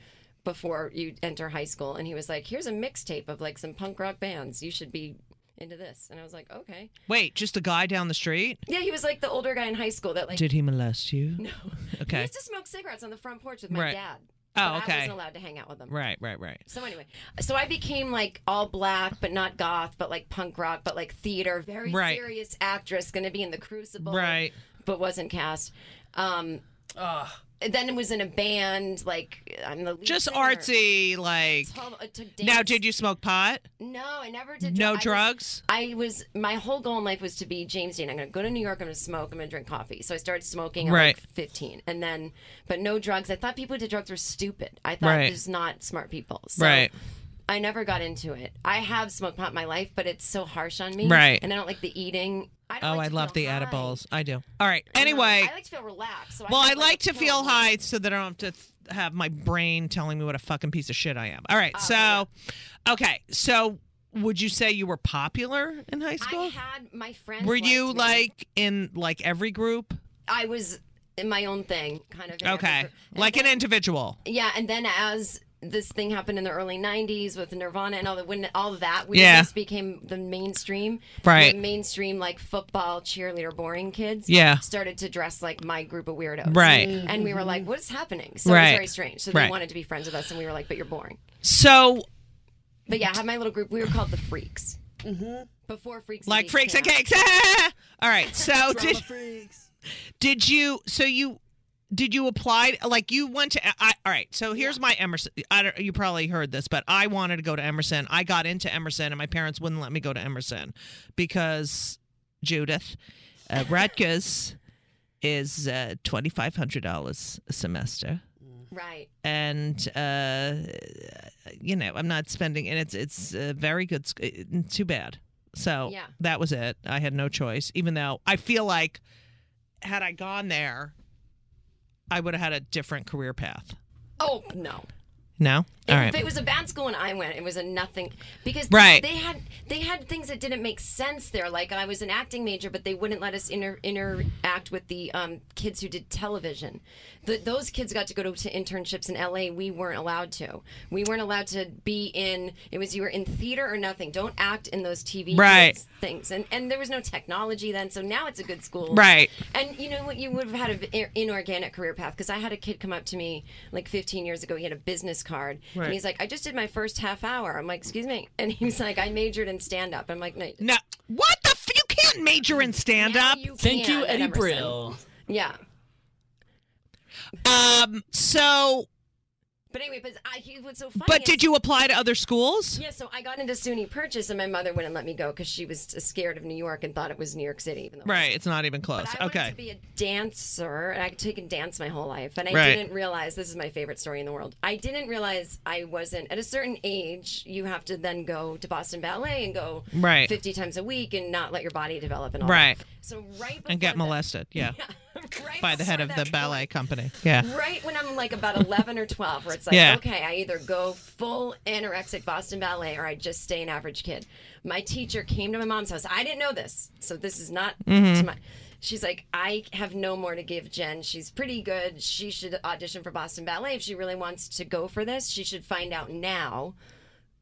Speaker 5: before you enter high school, and he was like, "Here's a mixtape of like some punk rock bands. You should be." Into this, and I was like, okay,
Speaker 7: Wait, just a guy down the street?
Speaker 5: yeah. He was like the older guy in high school that like
Speaker 7: Did he molest you? No.
Speaker 5: he
Speaker 7: Okay.
Speaker 5: used to smoke cigarettes on the front porch with my
Speaker 7: Right.
Speaker 5: dad.
Speaker 7: Oh,
Speaker 5: but I
Speaker 7: okay.
Speaker 5: wasn't allowed to hang out with him.
Speaker 7: Right, right, right.
Speaker 5: So anyway, so I became like all black, but not goth, but like punk rock, but like theater, very
Speaker 7: Right.
Speaker 5: serious actress, going to be in the Crucible,
Speaker 7: Right.
Speaker 5: But wasn't cast. Um, and then it was in a band, like I'm the lead
Speaker 7: Just
Speaker 5: singer.
Speaker 7: artsy, like.
Speaker 5: Tall- I took
Speaker 7: Now,
Speaker 5: dance-
Speaker 7: did you smoke pot?
Speaker 5: No, I never did. dr- I
Speaker 7: No
Speaker 5: was-
Speaker 7: drugs?
Speaker 5: I was my whole goal in life was to be James Dean. I'm going to go to New York. I'm going to smoke. I'm going to drink coffee. So I started smoking at
Speaker 7: Right.
Speaker 5: like 15, and then but no drugs. I thought people who did drugs were stupid. I thought
Speaker 7: Right.
Speaker 5: there's not smart people. So
Speaker 7: Right.
Speaker 5: I never got into it. I have smoked pot in my life, but it's so harsh on me.
Speaker 7: Right.
Speaker 5: And I don't like the eating. I don't
Speaker 7: Oh,
Speaker 5: like
Speaker 7: I
Speaker 5: to
Speaker 7: love
Speaker 5: feel
Speaker 7: the
Speaker 5: high.
Speaker 7: edibles. I do. All right.
Speaker 5: I don't know.
Speaker 7: Anyway,
Speaker 5: I like to feel relaxed. So
Speaker 7: well,
Speaker 5: have,
Speaker 7: I like to
Speaker 5: a
Speaker 7: feel
Speaker 5: pill.
Speaker 7: high so that I don't have to th- have my brain telling me what a fucking piece of shit I am. All
Speaker 5: Oh,
Speaker 7: right. so, okay. So, would you say you were popular in high
Speaker 5: I
Speaker 7: school?
Speaker 5: had my friends.
Speaker 7: Were
Speaker 5: liked
Speaker 7: you
Speaker 5: me.
Speaker 7: like in like every group?
Speaker 5: I was in my own thing, kind of. in every
Speaker 7: Okay.
Speaker 5: group. And
Speaker 7: Like an
Speaker 5: then-
Speaker 7: individual.
Speaker 5: Yeah, and then as this thing happened in the early '90s with Nirvana and all that, when all that weirdness
Speaker 7: Yeah.
Speaker 5: became the mainstream,
Speaker 7: Right.
Speaker 5: The mainstream like football cheerleader, boring kids,
Speaker 7: Yeah.
Speaker 5: started to dress like my group of weirdos,
Speaker 7: Right. Mhm.
Speaker 5: And we were like, "What's happening?" So it
Speaker 7: Right.
Speaker 5: was very strange. So they
Speaker 7: Right.
Speaker 5: wanted to be friends with us, and we were like, "But you're boring."
Speaker 7: So,
Speaker 5: But yeah, I had my little group. We were called the Freaks. Mm-hmm. Before Freaks, and
Speaker 7: like
Speaker 5: Geeks
Speaker 7: freaks
Speaker 5: came
Speaker 7: and
Speaker 5: out.
Speaker 7: cakes. Ah! All right. So did did you? So you did you apply? Like you went to? I, all right. So here's my Emerson. I don't. You probably heard this, but I wanted to go to Emerson. I got into Emerson, and my parents wouldn't let me go to Emerson because Judith uh, Rutgers is uh, twenty five hundred dollars a semester
Speaker 5: Right.
Speaker 7: and uh, you know I'm not spending, and it's it's a very good. sc- it- Too bad. So
Speaker 5: Yeah.
Speaker 7: that was it. I had no choice, even though I feel like had I gone there, I would have had a different career path.
Speaker 5: Oh no.
Speaker 7: No, all
Speaker 5: If
Speaker 7: right,
Speaker 5: it was a bad school and I went, it was a nothing because
Speaker 7: Right.
Speaker 5: they had they had things that didn't make sense there. Like I was an acting major, but they wouldn't let us inter- interact with the um, kids who did television. The, those kids got to go to, to internships in LA. We weren't allowed to. We weren't allowed to be in. It was you were in theater or nothing. Don't act in those TV
Speaker 7: Right.
Speaker 5: kids things. And and there was no technology then. So now it's a good school.
Speaker 7: Right.
Speaker 5: And you know what? You would have had an inorganic career path because I had a kid come up to me like 15 years ago. He had a business card.
Speaker 7: Right.
Speaker 5: And he's like, I just did my first half hour. I'm like, excuse me. And he was like, I majored in stand up. I'm like, no.
Speaker 7: no. What the? F- you can't major in stand
Speaker 5: now
Speaker 7: up.
Speaker 5: you
Speaker 3: Thank
Speaker 5: can
Speaker 3: you,
Speaker 5: at
Speaker 3: Eddie
Speaker 5: Emerson."
Speaker 3: Brill.
Speaker 5: Yeah.
Speaker 7: Um. So,
Speaker 5: But anyway, but I, he was so funny.
Speaker 7: but did you apply to other schools?
Speaker 5: Yeah, so I got into SUNY Purchase and my mother wouldn't let me go because she was scared of New York and thought it was New York City. Even though
Speaker 7: Right. It's not even close.
Speaker 5: But I wanted
Speaker 7: okay.
Speaker 5: to be a dancer, and I'd taken dance my whole life, and I
Speaker 7: Right.
Speaker 5: didn't realize this is my favorite story in the world. I didn't realize I wasn't at a certain age. You have to then go to Boston Ballet and go
Speaker 7: Right.
Speaker 5: fifty times a week and not let your body develop and all
Speaker 7: Right.
Speaker 5: That. So right before
Speaker 7: and get
Speaker 5: that-
Speaker 7: molested. Yeah.
Speaker 5: right
Speaker 7: By the head
Speaker 5: before
Speaker 7: of the
Speaker 5: that
Speaker 7: ballet company. Yeah.
Speaker 5: right when I'm like about 11 or 12, where it's like,
Speaker 7: Yeah.
Speaker 5: okay, I either go full anorexic Boston Ballet or I just stay an average kid. My teacher came to my mom's house. I didn't know this, so this is not
Speaker 7: Mm-hmm.
Speaker 5: to my. She's like, I have no more to give Jen. She's pretty good. She should audition for Boston Ballet if she really wants to go for this. She should find out now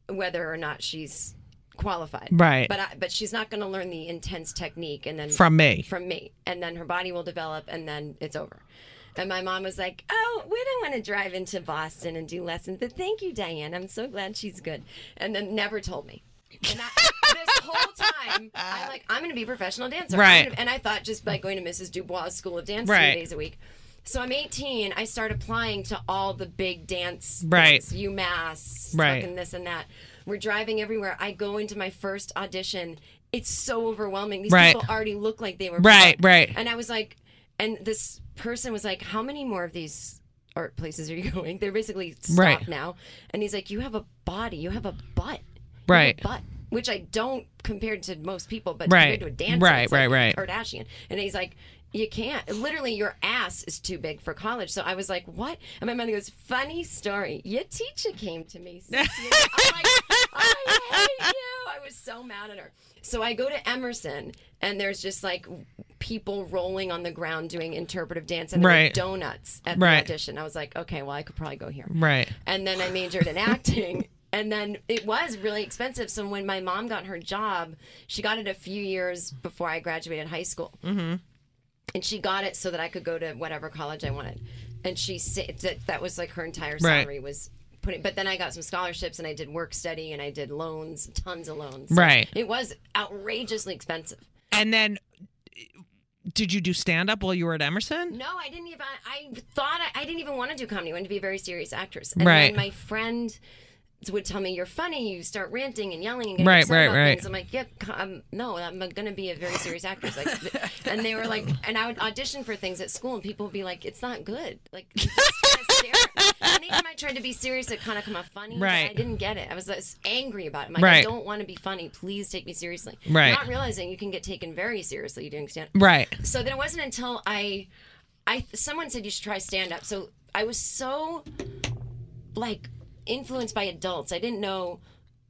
Speaker 5: whether or not she's qualified.
Speaker 7: Right.
Speaker 5: But I, but she's not going to learn the intense technique and then
Speaker 7: From me.
Speaker 5: from me and then her body will develop and then it's over and my mom was like oh we don't want to drive into boston and do lessons but thank you diane i'm so glad she's good and then never told me and I, this whole time i'm like i'm gonna be a professional dancer I'm
Speaker 7: Right.
Speaker 5: gonna- and i thought just by going to mrs dubois school of dance
Speaker 7: Right.
Speaker 5: three days a week so i'm 18 i start applying to all the big dance
Speaker 7: Right.
Speaker 5: things, umass
Speaker 7: Right.
Speaker 5: fucking this and that We're driving everywhere. I go into my first audition. It's so overwhelming. These
Speaker 7: Right.
Speaker 5: people already look like they were
Speaker 7: Right,
Speaker 5: bought.
Speaker 7: right.
Speaker 5: And I was like, and this person was like, "How many more of these art places are you going?" They're basically stopped
Speaker 7: Right.
Speaker 5: now. And he's like, "You have a body. You have a butt. You have a
Speaker 7: Right.
Speaker 5: butt." Which I don't compared to most people, but
Speaker 7: Right.
Speaker 5: compared to a dancer,
Speaker 7: Right,
Speaker 5: it's
Speaker 7: right,
Speaker 5: like
Speaker 7: right.
Speaker 5: Kardashian. And he's like, you can't. Literally, your ass is too big for college. So I was like, what? And my mother goes, funny story. Your teacher came to me. six years ago." I'm like, I hate you. I was so mad at her. So I go to Emerson, and there's just like people rolling on the ground doing interpretive dance and there were
Speaker 7: Right.
Speaker 5: donuts at
Speaker 7: Right.
Speaker 5: the audition. I was like, okay, well, I could probably go here
Speaker 7: Right.
Speaker 5: and then I majored in acting. And then it was really expensive. So when my mom got her job, she got it a few years before I graduated high school. Mm-hmm. And she got it so that I could go to whatever college I wanted. And she sa- that that was like her entire salary was putting. But then I got some scholarships and I did work study and I did loans, tons of loans. So
Speaker 7: Right.
Speaker 5: It was outrageously expensive.
Speaker 7: And then, did you do stand up while you were at Emerson?
Speaker 5: No, I didn't even. I thought I, I didn't even want to do comedy. I wanted to be a very serious actress. And
Speaker 7: Right.
Speaker 5: Then my friend would tell me, "You're funny. You start ranting and yelling and getting
Speaker 7: Right,
Speaker 5: upset
Speaker 7: right,
Speaker 5: about
Speaker 7: right.
Speaker 5: things." I'm like, "Yep, co- um, no, I'm going to be a very serious actress." Like, th- and they were like, and I would audition for things at school, and people would be like, "It's not good." Like. you just kinda stare. Anytime I tried to be serious, it kind of come off funny. but
Speaker 7: Right.
Speaker 5: I didn't get it. I was, I was angry about it. I'm like, I
Speaker 7: Right.
Speaker 5: don't want to be funny. Please take me seriously.
Speaker 7: Right.
Speaker 5: Not realizing you can get taken very seriously doing stand
Speaker 7: Right.
Speaker 5: so then it wasn't until I, I someone said you should try stand up. So I was so, like, influenced by adults. I didn't know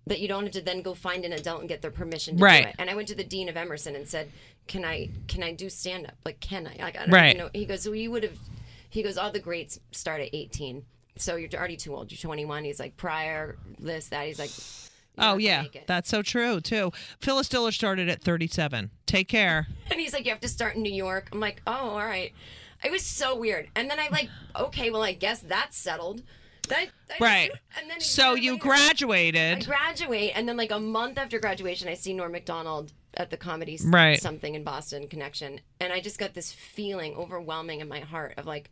Speaker 5: that you don't have to then go find an adult and get their permission to
Speaker 7: Right.
Speaker 5: do it. And I went to the dean of Emerson and said, "Can I? Can I do stand up? Like, can I? Like, I don't
Speaker 7: Right.
Speaker 5: know." He goes, "Well, you would have." He goes, "All the greats start at 18, so you're already too old. You're 21." He's like, "Prior this, that." He's like, "You're not
Speaker 7: Oh
Speaker 5: gonna
Speaker 7: yeah,
Speaker 5: make it."
Speaker 7: that's so true too. Phyllis Diller started at 37. Take care.
Speaker 5: And he's like, you have to start in New York. I'm like, oh, all right. It was so weird. And then I like, okay, well, I guess that's settled. Then I- I-
Speaker 7: Right.
Speaker 5: And then a
Speaker 7: So
Speaker 5: year later,
Speaker 7: you
Speaker 5: I
Speaker 7: graduated.
Speaker 5: graduate, and then like a month after graduation, I see Norm Macdonald at the comedy s-
Speaker 7: Right.
Speaker 5: something in Boston connection, and I just got this feeling overwhelming in my heart of like,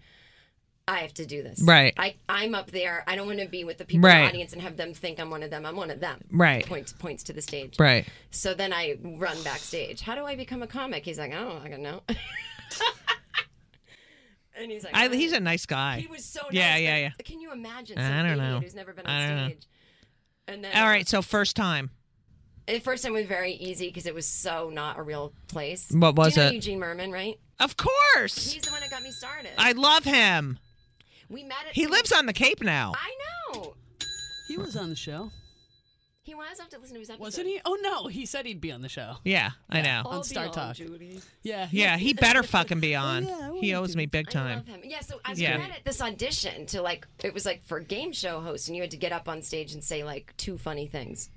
Speaker 5: I have to do this.
Speaker 7: Right.
Speaker 5: I I'm up there. I don't want to be with the people in
Speaker 7: Right.
Speaker 5: the audience and have them think I'm one of them. I'm one of them.
Speaker 7: Right.
Speaker 5: Points points to the stage.
Speaker 7: Right.
Speaker 5: So then I run backstage. How do I become a comic? He's like, I don't fucking know. and he's like,
Speaker 7: I, he's a nice guy.
Speaker 5: he was so nice.
Speaker 7: Yeah, yeah,
Speaker 5: but Can you imagine? Some
Speaker 7: I don't
Speaker 5: idiot
Speaker 7: know.
Speaker 5: Who's never been
Speaker 7: I don't know.
Speaker 5: on stage. And then,
Speaker 7: All right. So first time.
Speaker 5: The first time was very easy because it was so not a real place.
Speaker 7: What was
Speaker 5: Do you know
Speaker 7: it?
Speaker 5: Eugene Merman, right?
Speaker 7: Of course.
Speaker 5: He's the one that got me started.
Speaker 7: I love him.
Speaker 5: we met at
Speaker 7: He lives on the Cape now.
Speaker 5: I know.
Speaker 3: He was on the show,
Speaker 5: He was. I have to listen to his episode.
Speaker 3: wasn't he? Oh no, he said he'd be on the show.
Speaker 7: Yeah, I know.
Speaker 5: I'll
Speaker 3: on
Speaker 5: be
Speaker 3: Star
Speaker 5: on,
Speaker 3: Talk.
Speaker 5: Judy.
Speaker 3: Yeah.
Speaker 7: Yeah, he better fucking
Speaker 5: Oh,
Speaker 7: be on.
Speaker 3: yeah, I
Speaker 7: he
Speaker 3: wanna
Speaker 7: owes
Speaker 3: do
Speaker 7: me big
Speaker 5: I
Speaker 7: time.
Speaker 5: love him. Yeah, so I was
Speaker 7: Yeah.
Speaker 5: at this audition to like it was like for a game show host, and you had to get up on stage and say like two funny things.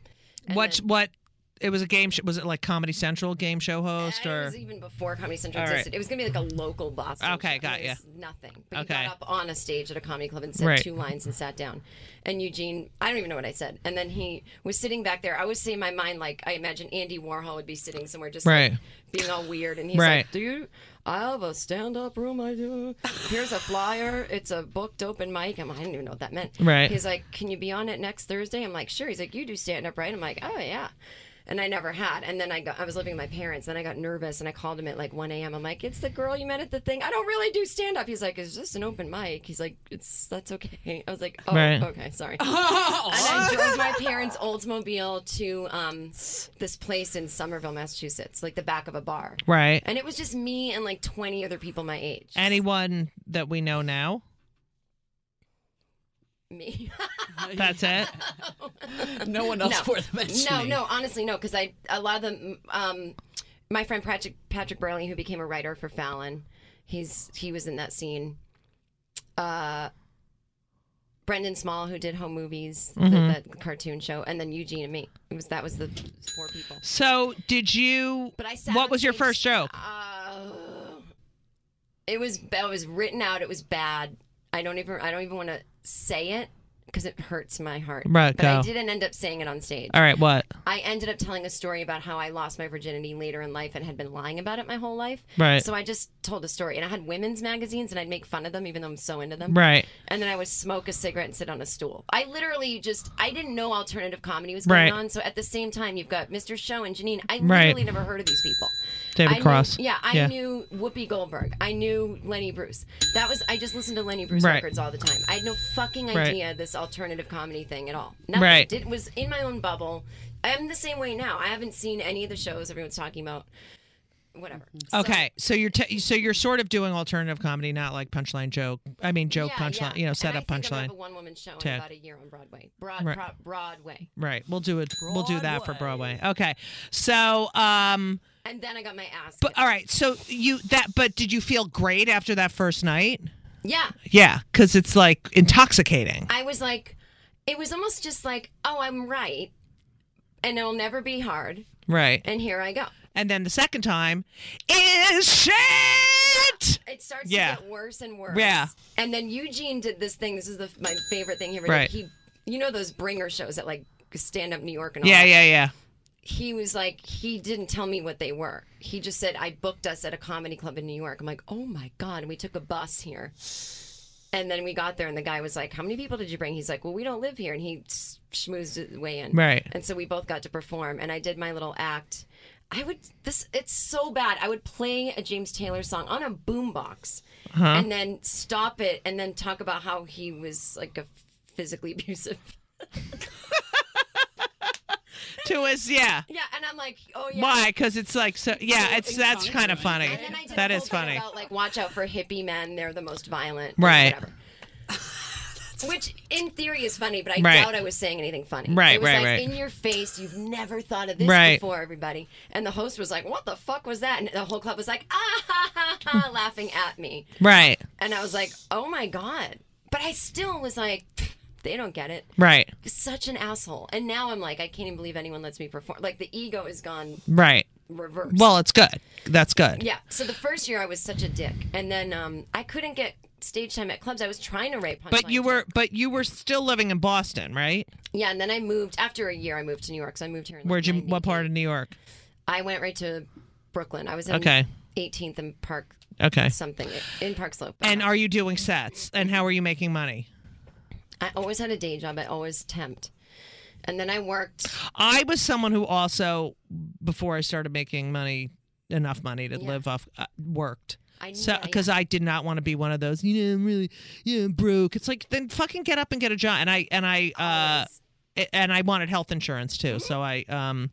Speaker 5: And
Speaker 7: What?
Speaker 5: then-
Speaker 7: What? It was a game. Sh- was it like Comedy Central game show host
Speaker 5: And it
Speaker 7: or?
Speaker 5: was even before Comedy Central
Speaker 7: All right.
Speaker 5: existed. It was gonna be like a local Boston.
Speaker 7: Okay,
Speaker 5: show.
Speaker 7: got
Speaker 5: It
Speaker 7: ya.
Speaker 5: was Nothing. But
Speaker 7: Okay.
Speaker 5: you got up on a stage at a comedy club and said
Speaker 7: Right.
Speaker 5: two lines and sat down. And Eugene, I don't even know what I said. And then he was sitting back there. I was saying in my mind like I imagine Andy Warhol would be sitting somewhere just like,
Speaker 7: Right.
Speaker 5: being all weird. And he's
Speaker 7: Right.
Speaker 5: like, "Do you? I have a stand-up room. I do. Here's a flyer. It's a booked open mic. I'm, I didn't even know what that meant.
Speaker 7: Right.
Speaker 5: He's like, "Can you be on it next Thursday? I'm like, "Sure." He's like, "You do stand-up, right? I'm like, "Oh yeah." And I never had. And then I got, I was living with my parents. Then I got nervous and I called him at like 1 a.m. I'm like, "It's the girl you met at the thing. I don't really do stand up." He's like, "Is this an open mic?" He's like, "It's that's okay." I was like, "Oh,
Speaker 7: Right.
Speaker 5: okay, sorry." And I drove my parents' Oldsmobile to um, this place in Somerville, Massachusetts, like the back of a bar.
Speaker 7: right.
Speaker 5: And it was just me and like 20 other people my age.
Speaker 7: Anyone that we know now?
Speaker 5: me.
Speaker 7: That's it.
Speaker 3: No one else
Speaker 5: no.
Speaker 3: worth
Speaker 5: no,
Speaker 3: mentioning.
Speaker 5: no, honestly, no, because I a lot of them. Um, my friend Patrick Patrick Burley, who became a writer for Fallon, he's he was in that scene. Uh, Brendan Small, who did Home Movies,
Speaker 3: Mm-hmm.
Speaker 5: the, the cartoon show, and then Eugene and me. It was that was the four people.
Speaker 7: So did you?
Speaker 5: But I sat
Speaker 7: what
Speaker 5: on
Speaker 7: was your
Speaker 5: stage-
Speaker 7: first joke?
Speaker 5: Uh, it was it was written out. It was bad. I don't even I don't even want to say it because it hurts my heart.
Speaker 7: Right,
Speaker 5: But I
Speaker 7: go.
Speaker 5: didn't end up saying it on stage.
Speaker 7: All right, what?
Speaker 5: I ended up telling a story about how I lost my virginity later in life and had been lying about it my whole life.
Speaker 7: Right.
Speaker 5: So I just told a story, and I had women's magazines, and I'd make fun of them, even though I'm so into them.
Speaker 7: Right.
Speaker 5: And then I would smoke a cigarette and sit on a stool. I literally just I didn't know alternative comedy was going
Speaker 7: Right.
Speaker 5: on. So at the same time, you've got Mr. Show and Janine. I
Speaker 7: Right.
Speaker 5: literally never heard of these people.
Speaker 7: David
Speaker 5: I knew-
Speaker 7: Cross.
Speaker 5: yeah, I
Speaker 7: Yeah.
Speaker 5: knew Whoopi Goldberg. I knew Lenny Bruce. That was I just listened to Lenny Bruce
Speaker 7: Right.
Speaker 5: records all the time. I had no fucking
Speaker 7: Right.
Speaker 5: idea this alternative comedy thing at all. Nothing.
Speaker 7: Right.
Speaker 5: Did, was in my own bubble. I'm the same way now. I haven't seen any of the shows everyone's talking about. Whatever. So-
Speaker 7: Okay, so you're t- so you're sort of doing alternative comedy, not like punchline joke. I mean, joke
Speaker 5: Yeah,
Speaker 7: punchline.
Speaker 5: yeah.
Speaker 7: You know, set
Speaker 5: and
Speaker 7: up
Speaker 5: I think I'm gonna
Speaker 7: punchline.
Speaker 5: have a one-woman show in
Speaker 7: Ted.
Speaker 5: about a year on Broadway. Broad,
Speaker 7: Right.
Speaker 5: Pro- Broadway.
Speaker 7: Right. We'll do it. We'll do that for Broadway. Okay. So, um,
Speaker 5: And then I got my ass.
Speaker 7: but
Speaker 5: kicked.
Speaker 7: all right. So you that, but did you feel great after that first night?
Speaker 5: Yeah.
Speaker 7: Yeah, because it's like intoxicating.
Speaker 5: I was like, it was almost just like, oh, I'm right, and it'll never be hard,
Speaker 7: Right.
Speaker 5: and here I go.
Speaker 7: And then the second time is shit.
Speaker 5: It starts
Speaker 7: Yeah.
Speaker 5: to get worse and worse.
Speaker 7: Yeah.
Speaker 5: And then Eugene did this thing. This is the, my favorite thing he ever
Speaker 7: Right.
Speaker 5: did. He, you know, those bringer shows at like stand up New York and all.
Speaker 7: Yeah,
Speaker 5: that?
Speaker 7: yeah, yeah.
Speaker 5: He was like, he didn't tell me what they were. He just said, I booked us at a comedy club in New York. I'm like, oh my god. And we took a bus here. And then we got there, and the guy was like, "How many people did you bring?" He's like, "Well, we don't live here," and he s- schmoozed his way in.
Speaker 7: Right.
Speaker 5: And so we both got to perform, and I did my little act. I would this. It's so bad. I would play a James Taylor song on a boombox,
Speaker 7: Uh-huh.
Speaker 5: and then stop it, and then talk about how he was like a physically abusive.
Speaker 7: To us, yeah.
Speaker 5: Yeah, and I'm like, oh yeah.
Speaker 7: Why? Because it's like so. Yeah, it's that's kind of funny.
Speaker 5: And then I did
Speaker 7: That
Speaker 5: a
Speaker 7: is
Speaker 5: whole thing
Speaker 7: funny.
Speaker 5: About like, watch out for hippie men; they're the most violent. or
Speaker 7: Right.
Speaker 5: Whatever. Which in theory is funny, but I
Speaker 7: Right.
Speaker 5: doubt I was saying anything funny.
Speaker 7: Right,
Speaker 5: it was
Speaker 7: right,
Speaker 5: like
Speaker 7: right.
Speaker 5: in your face. You've never thought of this
Speaker 7: Right.
Speaker 5: before, everybody. And the host was like, "What the fuck was that?" And the whole club was like, "Ah ha ha ha," laughing at me.
Speaker 7: Right.
Speaker 5: And I was like, "Oh my god!" But I still was like, "Pfft, "They don't get it."
Speaker 7: Right.
Speaker 5: Such an asshole. And now I'm like, I can't even believe anyone lets me perform. Like the ego is gone
Speaker 7: Right.
Speaker 5: reverse.
Speaker 7: Well, it's good. That's good.
Speaker 5: Yeah. So the first year I was such a dick, and then um, I couldn't get stage time at clubs. I was trying to write.
Speaker 7: But
Speaker 5: punchline
Speaker 7: you were
Speaker 5: jokes.
Speaker 7: but you were still living in Boston, right?
Speaker 5: Yeah, and then I moved after a year. I moved to New York, so I moved here. In like,
Speaker 7: Where'd you what
Speaker 5: 92.
Speaker 7: part of New York?
Speaker 5: I went right to Brooklyn. I was in
Speaker 7: Okay.
Speaker 5: 18th and Park
Speaker 7: Okay.
Speaker 5: something in Park Slope.
Speaker 7: And are you doing sets? And how are you making money?
Speaker 5: I always had a day job. I always temped, and then I worked.
Speaker 7: I was someone who also before I started making money enough money to live off uh, worked.
Speaker 5: I knew
Speaker 7: So
Speaker 5: that,
Speaker 7: because I did not want to be one of those, you know, I'm really, yeah, I'm broke. It's like then fucking get up and get a job. And I and I uh
Speaker 5: Always.
Speaker 7: a- and I wanted health insurance too. So I um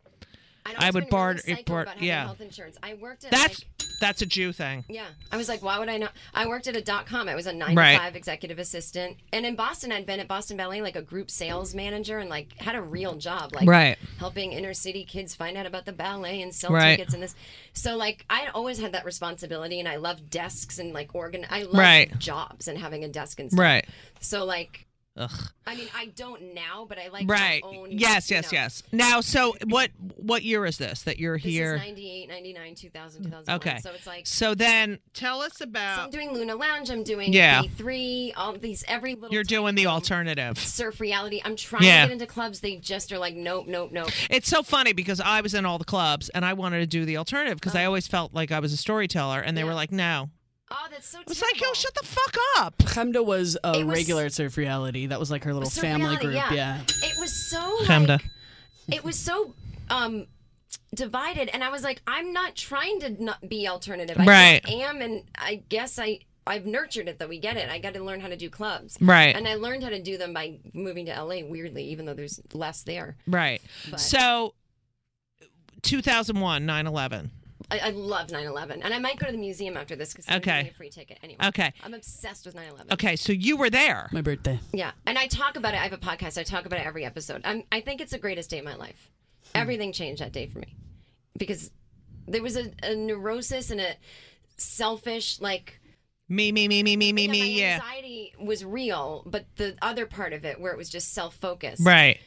Speaker 5: I'd
Speaker 7: I
Speaker 5: always
Speaker 7: would
Speaker 5: been really
Speaker 7: barter-
Speaker 5: psycho
Speaker 7: bar-
Speaker 5: about having
Speaker 7: yeah.
Speaker 5: Health insurance. I worked at
Speaker 7: that's
Speaker 5: like,
Speaker 7: that's a Jew thing.
Speaker 5: Yeah. I was like, why would I not? I worked at a dot com. I was a nine
Speaker 7: Right.
Speaker 5: to five executive assistant. And in Boston, I'd been at Boston Ballet, like a group sales manager, and like had a real job, like
Speaker 7: Right.
Speaker 5: helping inner city kids find out about the ballet and sell
Speaker 7: Right.
Speaker 5: tickets and this. So, like, I always had that responsibility, and I love desks and like organ. I love
Speaker 7: Right.
Speaker 5: jobs and having a desk and stuff.
Speaker 7: Right.
Speaker 5: So, like,
Speaker 7: Ugh.
Speaker 5: I mean, I don't now, but I like my
Speaker 7: Right.
Speaker 5: own,
Speaker 7: Yes,
Speaker 5: you
Speaker 7: yes,
Speaker 5: know.
Speaker 7: yes. Now, so what what year is this that you're
Speaker 5: This
Speaker 7: here?
Speaker 5: is 98, 99, 2000, 2001.
Speaker 7: okay.
Speaker 5: So it's like.
Speaker 7: So then tell us
Speaker 5: So
Speaker 7: about
Speaker 5: I'm doing Luna Lounge. I'm doing
Speaker 7: Oh. Yeah.
Speaker 5: three, all these every little.
Speaker 7: you're doing the alternative.
Speaker 5: surf reality. I'm trying
Speaker 7: Yeah.
Speaker 5: to get into clubs. They just are like, nope, nope, nope.
Speaker 7: It's so funny because I was in all the clubs and I wanted to do the alternative because I always felt like I was a storyteller and they were like, "No."
Speaker 5: Oh, that's so.
Speaker 7: It's like, "Yo, shut the fuck up."
Speaker 3: Chemda was a
Speaker 5: It was-
Speaker 3: regular at Surf Reality. That was like her little family group. Yeah.
Speaker 5: It was so.
Speaker 7: Chemda.
Speaker 5: Like, it was so um divided, and I was like, I'm not trying to not be alternative. I
Speaker 7: Right.
Speaker 5: just am, and I guess I. I've nurtured it though. We get it. I got to learn how to do clubs.
Speaker 7: Right.
Speaker 5: And I learned how to do them by moving to LA, weirdly, even though there's less there.
Speaker 7: Right.
Speaker 5: But-
Speaker 7: So 2001 9/11.
Speaker 5: I, I love 9 11. And I might go to the museum after this because I'm
Speaker 7: Okay.
Speaker 5: getting a free ticket. Anyway.
Speaker 7: Okay.
Speaker 5: I'm obsessed with 9 11.
Speaker 7: Okay, so you were there.
Speaker 3: My birthday.
Speaker 5: Yeah, and I talk about it. I have a podcast. I talk about it every episode. I'm, I think it's the greatest day of my life.
Speaker 7: Hmm.
Speaker 5: Everything changed that day for me because there was a, a neurosis and a selfish like
Speaker 7: Me me me me me me
Speaker 5: yeah, my
Speaker 7: me, yeah.
Speaker 5: anxiety was real, but the other part of it where it was just self focused
Speaker 7: Right.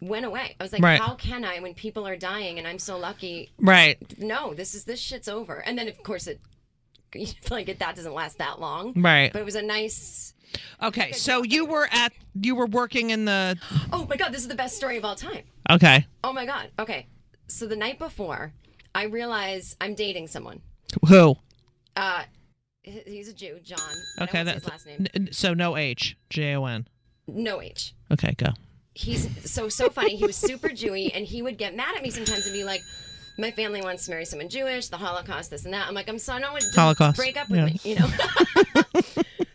Speaker 5: went away. I was like,
Speaker 7: Right.
Speaker 5: how can I when people are dying and I'm so lucky?
Speaker 7: Right.
Speaker 5: No, this is this shit's over. And then of course it like it, that doesn't last that long.
Speaker 7: Right.
Speaker 5: But it was a nice.
Speaker 7: Okay, so you were at you were working in the
Speaker 5: Oh my god, this is the best story of all time.
Speaker 7: Okay.
Speaker 5: Oh my god. Okay. So the night before, I realize I'm dating someone.
Speaker 7: Who?
Speaker 5: Uh, h- he's a Jew, John. and I
Speaker 7: Okay,
Speaker 5: won't say
Speaker 7: that's
Speaker 5: his last name.
Speaker 7: n- n- so no H, J O N.
Speaker 5: No H.
Speaker 7: Okay, go.
Speaker 5: he's so so funny. He was super Jewy, and he would get mad at me sometimes and be like, "My family wants to marry someone Jewish, the Holocaust, this and that." I'm like, "I'm sorry, no one
Speaker 7: Holocaust,
Speaker 5: break up with
Speaker 7: yeah.
Speaker 5: me," you know.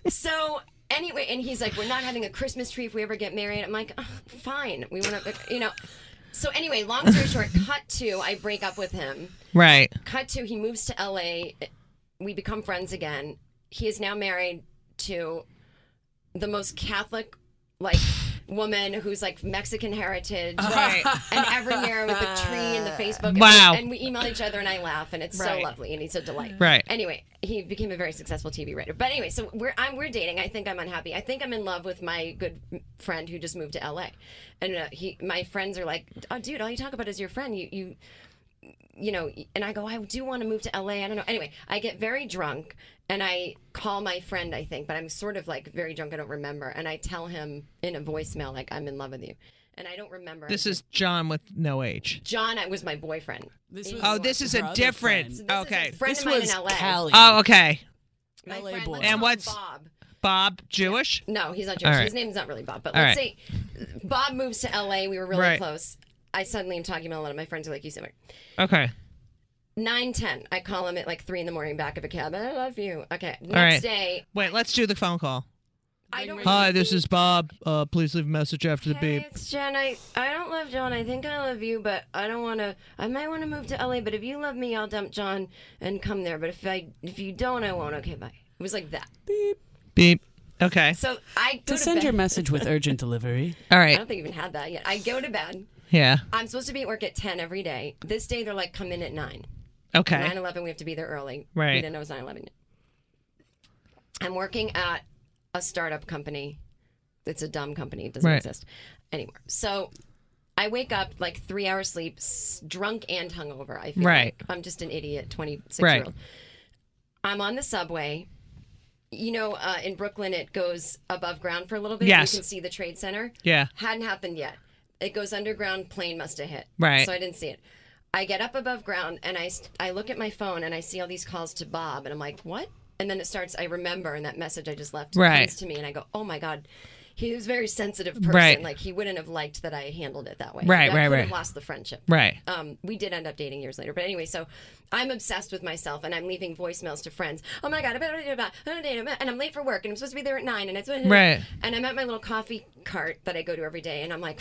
Speaker 5: so anyway, and he's like, "We're not having a Christmas tree if we ever get married." I'm like, "Ugh, "Fine, we want to," you know. So anyway, long story short, cut to I break up with him.
Speaker 7: Right.
Speaker 5: Cut to he moves to LA. We become friends again. He is now married to the most Catholic like woman who's like Mexican heritage.
Speaker 7: Right.
Speaker 5: And every year with the tree and the Facebook. and
Speaker 7: Wow.
Speaker 5: we- And we email each other and I laugh and it's so
Speaker 7: Right.
Speaker 5: lovely and he's a delight.
Speaker 7: Right.
Speaker 5: Anyway, he became a very successful TV writer. But anyway, so we're I'm we're dating. I think I'm unhappy. I think I'm in love with my good friend who just moved to LA. And uh, he my friends are like, "Oh dude, all you talk about is your friend. You you you know, and I go, I do want to move to LA. I don't know. Anyway, I get very drunk and I call my friend, I think, but I'm sort of like very drunk. I don't remember. And I tell him in a voicemail, like, I'm in love with you. And I don't remember.
Speaker 7: This is John with no H.
Speaker 5: John, I was my boyfriend.
Speaker 3: This was
Speaker 7: Oh, this is
Speaker 3: her
Speaker 7: a
Speaker 3: other
Speaker 7: different.
Speaker 3: friend.
Speaker 5: This
Speaker 7: okay.
Speaker 5: Is a friend
Speaker 3: This
Speaker 5: of mine
Speaker 3: was
Speaker 5: in LA.
Speaker 3: Callie.
Speaker 7: Oh, okay.
Speaker 5: My
Speaker 3: LA
Speaker 5: friend,
Speaker 3: boy.
Speaker 5: let's
Speaker 7: And
Speaker 5: call him
Speaker 7: what's-
Speaker 5: Bob?
Speaker 7: Bob Jewish.
Speaker 5: No, he's not Jewish.
Speaker 7: All right.
Speaker 5: His name's not really Bob, but
Speaker 7: All
Speaker 5: let's
Speaker 7: right.
Speaker 5: say Bob moves to LA. We were really
Speaker 7: Right.
Speaker 5: close. I suddenly am talking about a lot of my friends who are like you so much.
Speaker 7: Okay.
Speaker 5: Nine ten. I call him at like three in the morning, back of a cab. I love you. Okay. Next
Speaker 7: right.
Speaker 5: day,
Speaker 7: Wait, let's do the phone call.
Speaker 5: I don't.
Speaker 7: Hi, this is Bob. Uh, please leave a message after the
Speaker 5: Hey,
Speaker 7: beep.
Speaker 5: it's Jen. I, I don't love John. I think I love you, but I don't want to. I might want to move to LA, but if you love me, I'll dump John and come there. But if I if you don't, I won't. Okay, bye. It was like that.
Speaker 7: Beep. Okay.
Speaker 5: So I go
Speaker 3: To
Speaker 5: to
Speaker 3: send
Speaker 5: bed.
Speaker 3: your message with urgent delivery.
Speaker 7: All
Speaker 5: I
Speaker 7: right.
Speaker 5: don't think I even had that yet. I go to bed.
Speaker 7: Yeah.
Speaker 5: I'm supposed to be at work at ten every day. This day they're like, come in at nine.
Speaker 7: Okay.
Speaker 5: Nine eleven, we have to be there early. We
Speaker 7: Right.
Speaker 5: didn't know it was nine eleven. I'm working at a startup company. It's a dumb company. It doesn't
Speaker 7: Right.
Speaker 5: exist anymore. So I wake up like three hours sleep, s- drunk and hungover. I feel
Speaker 7: Right.
Speaker 5: like I'm just an idiot, 26
Speaker 7: Right.
Speaker 5: year old. I'm on the subway. You know, uh, in Brooklyn, it goes above ground for a little bit.
Speaker 7: Yes.
Speaker 5: You can see the Trade Center.
Speaker 7: Yeah.
Speaker 5: Hadn't happened yet. It goes underground. Plane must have hit.
Speaker 7: Right.
Speaker 5: So I didn't see it. I get up above ground and I, st- I look at my phone and I see all these calls to Bob and I'm like, what? And then it starts. I remember and that message I just left
Speaker 7: Right.
Speaker 5: comes to me and I go, oh my god, he was a very sensitive person.
Speaker 7: Right.
Speaker 5: Like he wouldn't have liked that I handled it that way.
Speaker 7: Right,
Speaker 5: That
Speaker 7: right,
Speaker 5: could have
Speaker 7: right.
Speaker 5: Lost the friendship.
Speaker 7: Right.
Speaker 5: Um, we did end up dating years later, but anyway. So I'm obsessed with myself and I'm leaving voicemails to friends. Oh my god, I better do that. and I'm late for work and I'm supposed to be there at nine and it's
Speaker 7: Right.
Speaker 5: and I'm at my little coffee cart that I go to every day, and I'm like,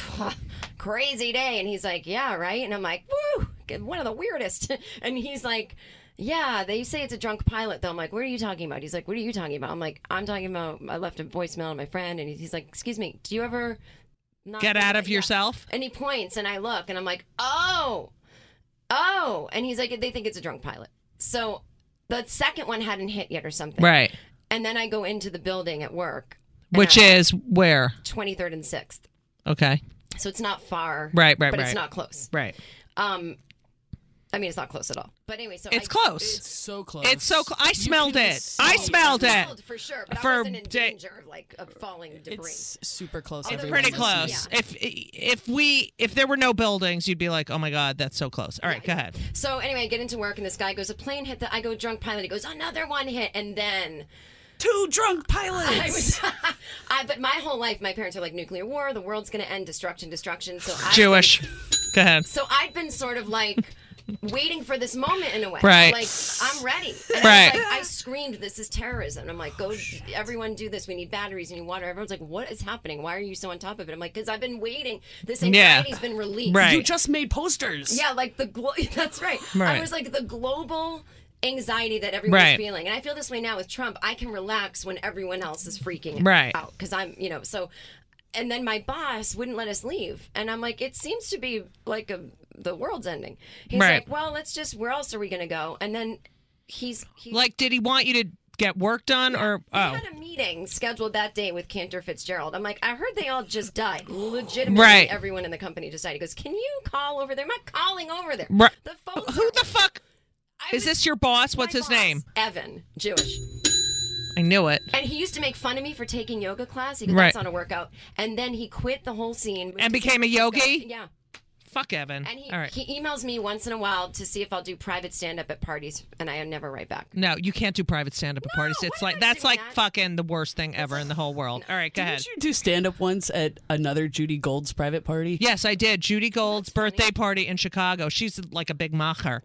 Speaker 5: crazy day. And he's like, yeah, right. And I'm like, woo, one of the weirdest. and he's like, yeah, they say it's a drunk pilot, though. I'm like, what are you talking about? He's like, what are you talking about? I'm like, I'm talking about, I left a voicemail to my friend, and he's like, excuse me, do you ever not
Speaker 7: Get
Speaker 5: do
Speaker 7: out
Speaker 5: that?"
Speaker 7: of
Speaker 5: Yeah.
Speaker 7: yourself?
Speaker 5: And he points, and I look, and I'm like, oh, oh. And he's like, they think it's a drunk pilot. So the second one hadn't hit yet or something.
Speaker 7: Right.
Speaker 5: And then I go into the building at work. and
Speaker 7: Which
Speaker 5: I'm-
Speaker 7: is where?
Speaker 5: 23rd and 6th.
Speaker 7: Okay.
Speaker 5: So it's not far.
Speaker 7: Right, right,
Speaker 5: But
Speaker 7: right.
Speaker 5: it's not close.
Speaker 7: Right.
Speaker 5: Um, I mean, it's not close at all. But anyway, so
Speaker 7: It's
Speaker 5: I-
Speaker 7: close.
Speaker 3: So close.
Speaker 7: It's so close. I
Speaker 3: You
Speaker 7: smelled
Speaker 3: can
Speaker 7: it.
Speaker 3: smell
Speaker 7: I smelled it.
Speaker 5: Smelled For sure. But
Speaker 7: For
Speaker 5: I wasn't in
Speaker 7: da-
Speaker 5: danger of like of falling debris.
Speaker 3: It's super close.
Speaker 5: It's
Speaker 3: everyone
Speaker 7: Pretty
Speaker 3: listening.
Speaker 7: close. If if we if there were no buildings, you'd be like, oh my god, that's so close. All right, go ahead.
Speaker 5: So anyway, I get into work and this guy goes, a plane hit the. I go drunk pilot. He goes, another one hit, and then
Speaker 3: Two drunk pilots.
Speaker 5: I was. I but my whole life, my parents are like nuclear war, the world's gonna end, destruction, destruction. So I
Speaker 7: Jewish. Go ahead.
Speaker 5: So I'd been sort of like waiting for this moment in a way.
Speaker 7: Right.
Speaker 5: Like, I'm ready. And
Speaker 7: Right.
Speaker 5: I, was like, I screamed, This is terrorism. And I'm like, Go, everyone do this. We need batteries. We need water. Everyone's like, What is happening? Why are you so on top of it? I'm like, Because I've been waiting. This
Speaker 7: Yeah.
Speaker 5: anxiety's been released.
Speaker 7: Right.
Speaker 3: You just made posters.
Speaker 5: Yeah, like the glo- that's right.
Speaker 7: Right.
Speaker 5: I was like the global anxiety that everyone's
Speaker 7: Right.
Speaker 5: feeling, and I feel this way now with Trump. I can relax when everyone else is freaking
Speaker 7: Right.
Speaker 5: out because I'm, you know, so. And then my boss wouldn't let us leave, and I'm like, it seems to be like a, the world's ending. He's
Speaker 7: Right.
Speaker 5: like, well, let's just. Where else are we gonna go? And then he's he
Speaker 7: Like, did he want you to get work done or oh?
Speaker 5: had a meeting scheduled that day with Cantor Fitzgerald. I'm like, I heard they all just died. Legitimately,
Speaker 7: Right.
Speaker 5: everyone in the company just died. He goes, Can you call over there? I'm not calling over there.
Speaker 7: Right.
Speaker 5: The phones
Speaker 7: Who
Speaker 5: are-
Speaker 7: the fuck? Is this your boss? What's
Speaker 5: my
Speaker 7: his
Speaker 5: boss,
Speaker 7: name?
Speaker 5: Evan, Jewish.
Speaker 7: I knew it.
Speaker 5: And he used to make fun of me for taking yoga class. He goes,
Speaker 7: Right.
Speaker 5: that's not a workout. And then he quit the whole scene.
Speaker 7: And became a yogi?
Speaker 5: Yeah.
Speaker 7: Fuck Evan.
Speaker 5: And he,
Speaker 7: All right.
Speaker 5: he emails me once in a while to see if I'll do private stand up at parties, and I never write back.
Speaker 7: no, you can't do private stand up at parties.
Speaker 5: what
Speaker 7: It's
Speaker 5: am
Speaker 7: like
Speaker 5: I
Speaker 7: that's
Speaker 5: doing
Speaker 7: like
Speaker 5: that?
Speaker 7: fucking the worst thing ever in the whole world. All right, go ahead.
Speaker 3: Did you do stand up once at another Judy Gold's private party?
Speaker 7: Yes, I did. Judy Gold's birthday party in Chicago. She's like a big macher.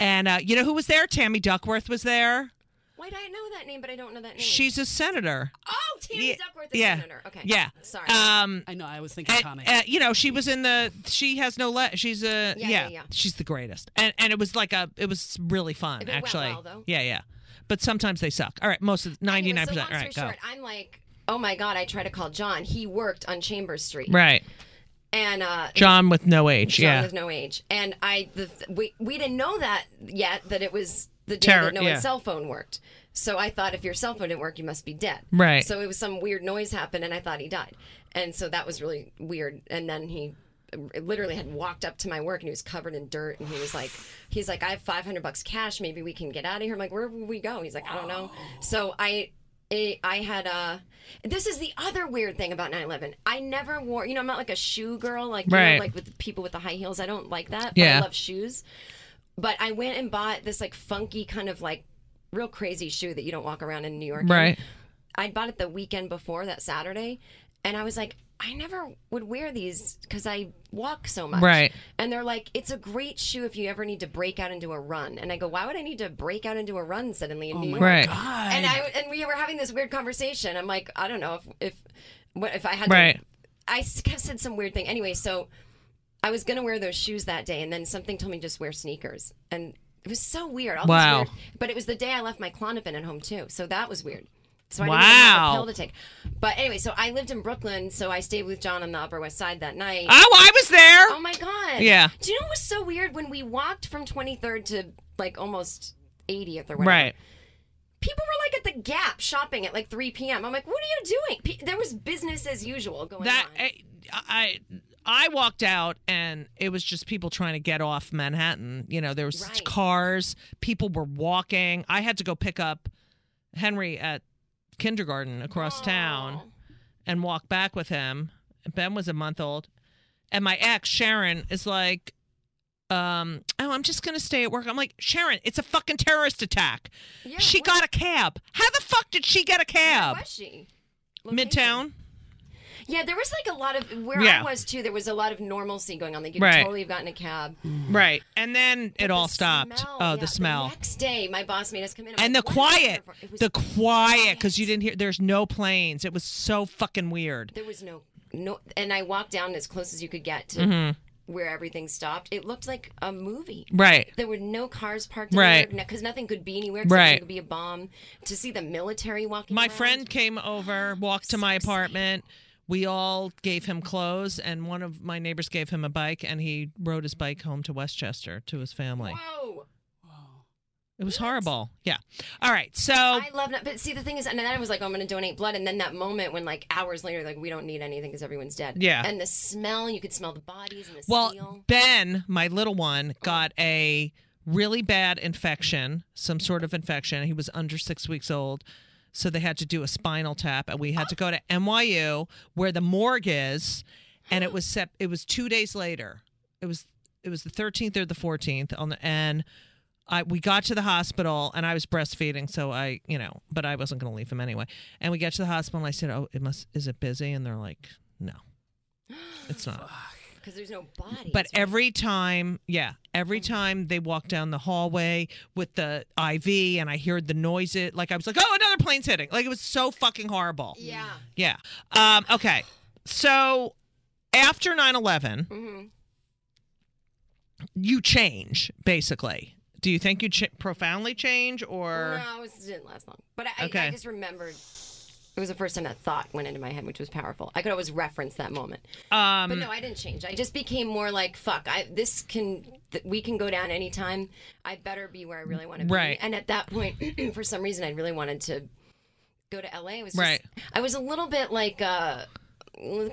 Speaker 7: And uh, you know who was there? Tammy Duckworth was there.
Speaker 5: Why do I know that name, but I don't know that name?
Speaker 7: She's a senator.
Speaker 5: Oh, Tammy Duckworth, the
Speaker 7: yeah.
Speaker 5: senator. Okay.
Speaker 7: Yeah.
Speaker 5: Sorry.
Speaker 7: Um,
Speaker 3: I know. I was thinking
Speaker 7: and,
Speaker 3: comic.
Speaker 7: uh, you know, she was in the. She has no. Le- she's a. Yeah,
Speaker 5: Yeah, yeah, yeah.
Speaker 7: She's the greatest. And and it was like a. It was really fun
Speaker 5: went
Speaker 7: actually.
Speaker 5: well, though.
Speaker 7: yeah, yeah. But sometimes they suck. All right, most of ninety
Speaker 5: Anyway,
Speaker 7: nine
Speaker 5: so
Speaker 7: percent.
Speaker 5: long
Speaker 7: All
Speaker 5: story
Speaker 7: right, go.
Speaker 5: short, I'm like, oh my God, I try to call John. He worked on Chambers Street.
Speaker 7: Right,
Speaker 5: And uh,
Speaker 7: John with no H.
Speaker 5: John
Speaker 7: yeah,
Speaker 5: with no age. And I, the, we, we didn't know that yet, that it was the day
Speaker 7: Terror-
Speaker 5: that no
Speaker 7: yeah.
Speaker 5: one's cell phone worked. So I thought if your cell phone didn't work, you must be dead.
Speaker 7: Right.
Speaker 5: So it was some weird noise happened, and I thought he died. And so that was really weird. And then he literally had walked up to my work and he was covered in dirt and he was like he's like i have 500 bucks cash maybe we can get out of here i'm like where will we go he's like i don't know so i I I had a. This is the other weird thing about 9/11. I never wore. You know, I'm not like a shoe girl, like you know,
Speaker 7: Right.
Speaker 5: like with people with the high heels. I don't like that. but
Speaker 7: Yeah.
Speaker 5: I love shoes. But I went and bought this like funky kind of like real crazy shoe that you don't walk around in New York. in.
Speaker 7: right.
Speaker 5: I bought it the weekend before that Saturday, and I was like, I never would wear these because I walk so much.
Speaker 7: Right.
Speaker 5: And they're like, it's a great shoe if you ever need to break out into a run. And I go, why would I need to break out into a run suddenly in New York?
Speaker 7: Right.
Speaker 5: And I and we were having this weird conversation. I'm like, I don't know if if what if I had
Speaker 7: Right.
Speaker 5: To, I s- kind of said some weird thing anyway. So I was gonna wear those shoes that day, and then something told me just wear sneakers, and it was so weird. All these
Speaker 7: Wow.
Speaker 5: weird- but it was the day I left my clonopin at home too, so that was weird. So I didn't even have
Speaker 7: Wow.
Speaker 5: a pill to take. But anyway, so I lived in Brooklyn, so I stayed with John on the Upper West Side that night.
Speaker 7: Oh, I was there.
Speaker 5: Oh my god!
Speaker 7: Yeah.
Speaker 5: Do you know what was so weird when we walked from 23rd to like almost 80th or whatever?
Speaker 7: right.
Speaker 5: people were like at the Gap shopping at like 3 p.m. I'm like, what are you doing? Pe- there was business as usual going
Speaker 7: That eh,
Speaker 5: on.
Speaker 7: I, I I walked out and it was just people trying to get off Manhattan. You know, there was
Speaker 5: Right.
Speaker 7: cars, people were walking. I had to go pick up Henry at kindergarten across town and walk back with him. Ben was a month old, and my ex Sharon is like. Um, oh, I'm just gonna stay at work. I'm like, Sharon, it's a fucking terrorist attack.
Speaker 5: Yeah,
Speaker 7: she
Speaker 5: where-
Speaker 7: got a cab. How the fuck did she get a
Speaker 5: Where
Speaker 7: cab?
Speaker 5: was she? Location.
Speaker 7: Midtown.
Speaker 5: Yeah, there was like a lot of where
Speaker 7: Yeah.
Speaker 5: I was too. There was a lot of normalcy going on. Like you could
Speaker 7: Right.
Speaker 5: totally have gotten a cab.
Speaker 7: Right. And then it all
Speaker 5: The
Speaker 7: stopped.
Speaker 5: smell,
Speaker 7: oh,
Speaker 5: yeah.
Speaker 7: the smell.
Speaker 5: next day, my boss made us come in. I'm
Speaker 7: and the
Speaker 5: like, "What are you
Speaker 7: quiet.
Speaker 5: here for?" It was
Speaker 7: The quiet cuz you didn't hear there's no planes. It was so fucking weird.
Speaker 5: There was no no, and I walked down as close as you could get to
Speaker 7: Mm-hmm.
Speaker 5: where everything stopped. It looked like a movie.
Speaker 7: Right.
Speaker 5: There were no cars parked
Speaker 7: Right.
Speaker 5: because nothing could be anywhere. Except
Speaker 7: Right.
Speaker 5: It could be a bomb. To see the military walking.
Speaker 7: My
Speaker 5: around.
Speaker 7: friend came over, walked to my apartment. We all gave him clothes and one of my neighbors gave him a bike and he rode his bike home to Westchester to his family.
Speaker 5: Whoa.
Speaker 7: It was horrible. Yeah. All right. So
Speaker 5: I love that. But see, the thing is, and then I was like, oh, I'm going to donate blood. And then that moment when, like, hours later, like, we don't need anything because everyone's dead.
Speaker 7: Yeah.
Speaker 5: And the smell, you could smell the bodies and the
Speaker 7: Well,
Speaker 5: steel.
Speaker 7: Ben, my little one, got a really bad infection, some sort of infection. He was under six weeks old. So they had to do a spinal tap, and we had to go to NYU where the morgue is, and it was sep- it was two days later. It was it was the thirteenth or the fourteenth on the and I we got to the hospital and I was breastfeeding, so I you know, but I wasn't going to leave him anyway. And we get to the hospital, and I said, "Oh, it must is it busy?" And they're like, "No, it's not."
Speaker 5: Because there's no bodies.
Speaker 7: But every time, yeah, every
Speaker 5: Mm-hmm.
Speaker 7: time they walk down the hallway with the IV and I heard the noise, it like I was like, oh, another plane's hitting. Like it was so fucking horrible.
Speaker 5: yeah.
Speaker 7: Yeah. Um, okay. So after 9 11,
Speaker 5: Mm-hmm.
Speaker 7: you change basically. Do you think you ch- profoundly change or?
Speaker 5: No, it didn't last long. But I, I,
Speaker 7: Okay.
Speaker 5: I just remembered. It was the first time that thought went into my head, which was powerful. I could always reference that moment. Um,
Speaker 7: Mm.
Speaker 5: but no, I didn't change. I just became more like, "Fuck, I this can th- we can go down anytime. I better be where I really want to be."
Speaker 7: Right.
Speaker 5: And at that point, for some reason, I really wanted to go to LA. I was just,
Speaker 7: Right.
Speaker 5: I was a little bit like, uh,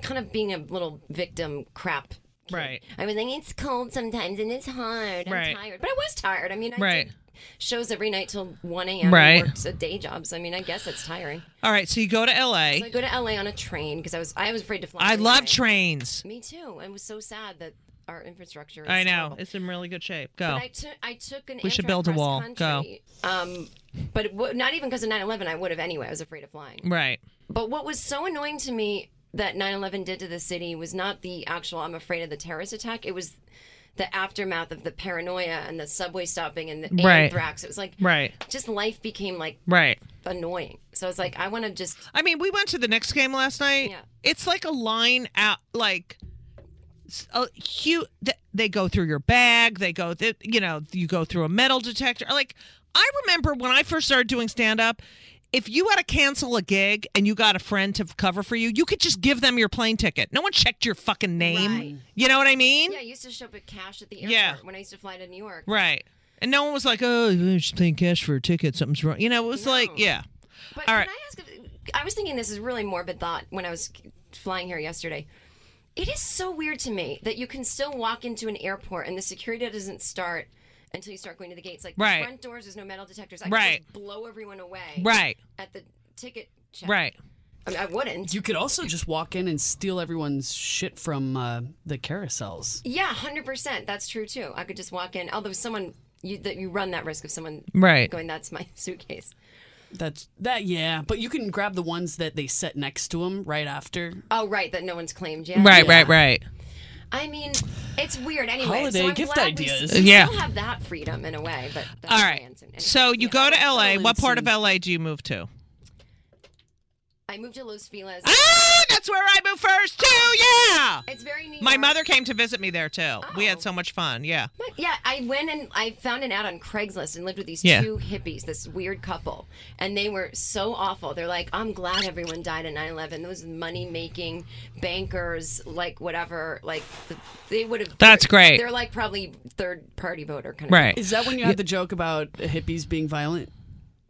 Speaker 5: kind of being a little victim crap. kid.
Speaker 7: Right.
Speaker 5: I was like, it's cold sometimes and it's hard. I'm
Speaker 7: Right.
Speaker 5: tired, but I was tired. I mean, I
Speaker 7: Right.
Speaker 5: did shows every night till 1 a.m. and
Speaker 7: Right.
Speaker 5: worked a day job. So, I mean, I guess it's tiring.
Speaker 7: All right, so you go to LA.
Speaker 5: I go to LA on a train because I was I was afraid to fly.
Speaker 7: I love
Speaker 5: anyway.
Speaker 7: trains.
Speaker 5: Me too. And was so sad that our infrastructure. Is
Speaker 7: I know.
Speaker 5: terrible.
Speaker 7: It's in really good shape. Go.
Speaker 5: But I, took I took an.
Speaker 7: We should
Speaker 5: Amtrak
Speaker 7: build a
Speaker 5: cross
Speaker 7: wall.
Speaker 5: country. Um, but it w- not even because of 9/11, I would have anyway. I was afraid of flying.
Speaker 7: Right.
Speaker 5: But what was so annoying to me that 9/11 did to the city was not the actual "I'm afraid of the terrorist attack." It was the aftermath of the paranoia and the subway stopping and the
Speaker 7: Right.
Speaker 5: anthrax. It was like
Speaker 7: Right.
Speaker 5: just life became like
Speaker 7: Right.
Speaker 5: annoying. So I was like, I want to just
Speaker 7: I mean, we went to the next game last night.
Speaker 5: Yeah.
Speaker 7: It's like a line out, like s- a huge. They go through your bag. They go, th- you know, you go through a metal detector. Like I remember when I first started doing stand up. If you had to cancel a gig and you got a friend to cover for you, you could just give them your plane ticket. No one checked your fucking name.
Speaker 5: Right.
Speaker 7: You know what I mean?
Speaker 5: yeah. I used to show up at cash at the airport
Speaker 7: Yeah.
Speaker 5: when I used to fly to New York.
Speaker 7: Right. And no one was like, oh, you're just paying cash for a ticket. Something's wrong. You know, it was like, yeah.
Speaker 5: But
Speaker 7: All
Speaker 5: can
Speaker 7: right.
Speaker 5: I ask? If, I was thinking this is really morbid thought when I was flying here yesterday. It is so weird to me that you can still walk into an airport and the security doesn't start until you start going to the gates. Like
Speaker 7: Right.
Speaker 5: the front doors, there's no metal detectors. I
Speaker 7: Right.
Speaker 5: could just blow everyone away.
Speaker 7: Right.
Speaker 5: At the ticket check.
Speaker 7: Right.
Speaker 5: I, mean, I wouldn't.
Speaker 3: You could also just walk in and steal everyone's shit from uh, the carousels.
Speaker 5: yeah, hundred percent. That's true too. I could just walk in. Although someone you that you run that risk of someone
Speaker 7: Right.
Speaker 5: going, "That's my suitcase."
Speaker 3: That's that, yeah. But you can grab the ones that they set next to them right after.
Speaker 5: Oh, right, that no one's claimed yet.
Speaker 7: Right,
Speaker 5: Yeah.
Speaker 7: right, right.
Speaker 5: I mean, it's weird anyway.
Speaker 3: Holiday
Speaker 5: so I'm
Speaker 3: gift
Speaker 5: glad we s-
Speaker 3: ideas.
Speaker 5: We,
Speaker 7: Yeah.
Speaker 5: still have that freedom in a way, but that's
Speaker 7: All
Speaker 5: my
Speaker 7: right.
Speaker 5: answer. Anyway,
Speaker 7: So
Speaker 5: yeah.
Speaker 7: you go to LA.
Speaker 3: Well,
Speaker 7: What
Speaker 3: it's
Speaker 7: part of
Speaker 3: in-
Speaker 7: LA do you move to?
Speaker 5: I moved to Los Feliz.
Speaker 7: Ah, that's where I moved first too. Yeah.
Speaker 5: It's very New
Speaker 7: My
Speaker 5: York.
Speaker 7: mother came to visit me there too. We had
Speaker 5: Oh.
Speaker 7: so much fun. Yeah.
Speaker 5: But, yeah, I went and I found an ad on Craigslist and lived with these
Speaker 7: Yeah.
Speaker 5: two hippies, this weird couple, and they were so awful. They're like, "I'm glad everyone died in 9/11. Those money-making bankers, like whatever, like th- they would have."
Speaker 7: That's great.
Speaker 5: They're like probably third-party voter kind of
Speaker 7: Right.
Speaker 3: Is that when you had the joke about hippies being violent?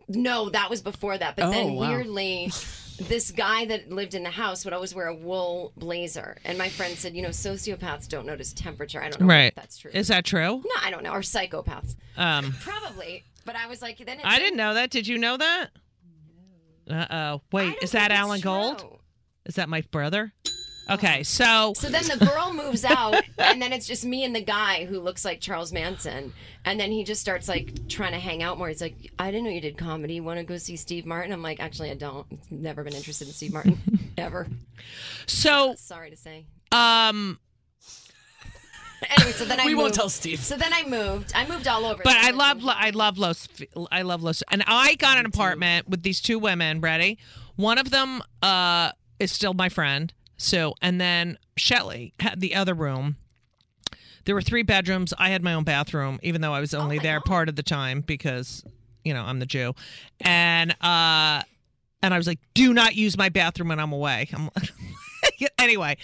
Speaker 5: No, that was before that. But
Speaker 3: Oh,
Speaker 5: then
Speaker 3: wow.
Speaker 5: weirdly, this guy that lived in the house would always wear a wool blazer. And my friend said, you know, sociopaths don't notice temperature. I don't know
Speaker 7: Right.
Speaker 5: if that's true.
Speaker 7: Is that true?
Speaker 5: no, I don't know. Or psychopaths.
Speaker 7: Um,
Speaker 5: Probably. But I was like, then it,
Speaker 7: I didn't know that. Did you know that? Uh oh.
Speaker 5: I
Speaker 7: Wait,
Speaker 5: don't
Speaker 7: is that
Speaker 5: think it's
Speaker 7: Alan Gold?
Speaker 5: true. Uh-huh.
Speaker 7: Is that my brother? Okay, so
Speaker 5: So then the girl moves out, and then it's just me and the guy who looks like Charles Manson. And then he just starts like trying to hang out more. He's like, I didn't know you did comedy. Want to go see Steve Martin? I'm like, actually, I don't. Never been interested in Steve Martin ever.
Speaker 7: so
Speaker 5: Sorry to say.
Speaker 7: um
Speaker 5: Anyway, so then I
Speaker 3: We
Speaker 5: moved.
Speaker 3: won't tell Steve.
Speaker 5: So then I moved. I moved all over.
Speaker 7: But
Speaker 5: So
Speaker 7: I
Speaker 5: lived
Speaker 7: love,
Speaker 5: in-
Speaker 7: I love Los, I love Los, and I got an apartment with these two women. Ready? One of them uh, is still my friend, Sue, and then Shelly had the other room. There were three bedrooms. I had my own bathroom, even though I was only
Speaker 5: Oh my
Speaker 7: there
Speaker 5: God.
Speaker 7: part of the time because, you know, I'm the Jew, and uh, and I was like, do not use my bathroom when I'm away. I'm anyway.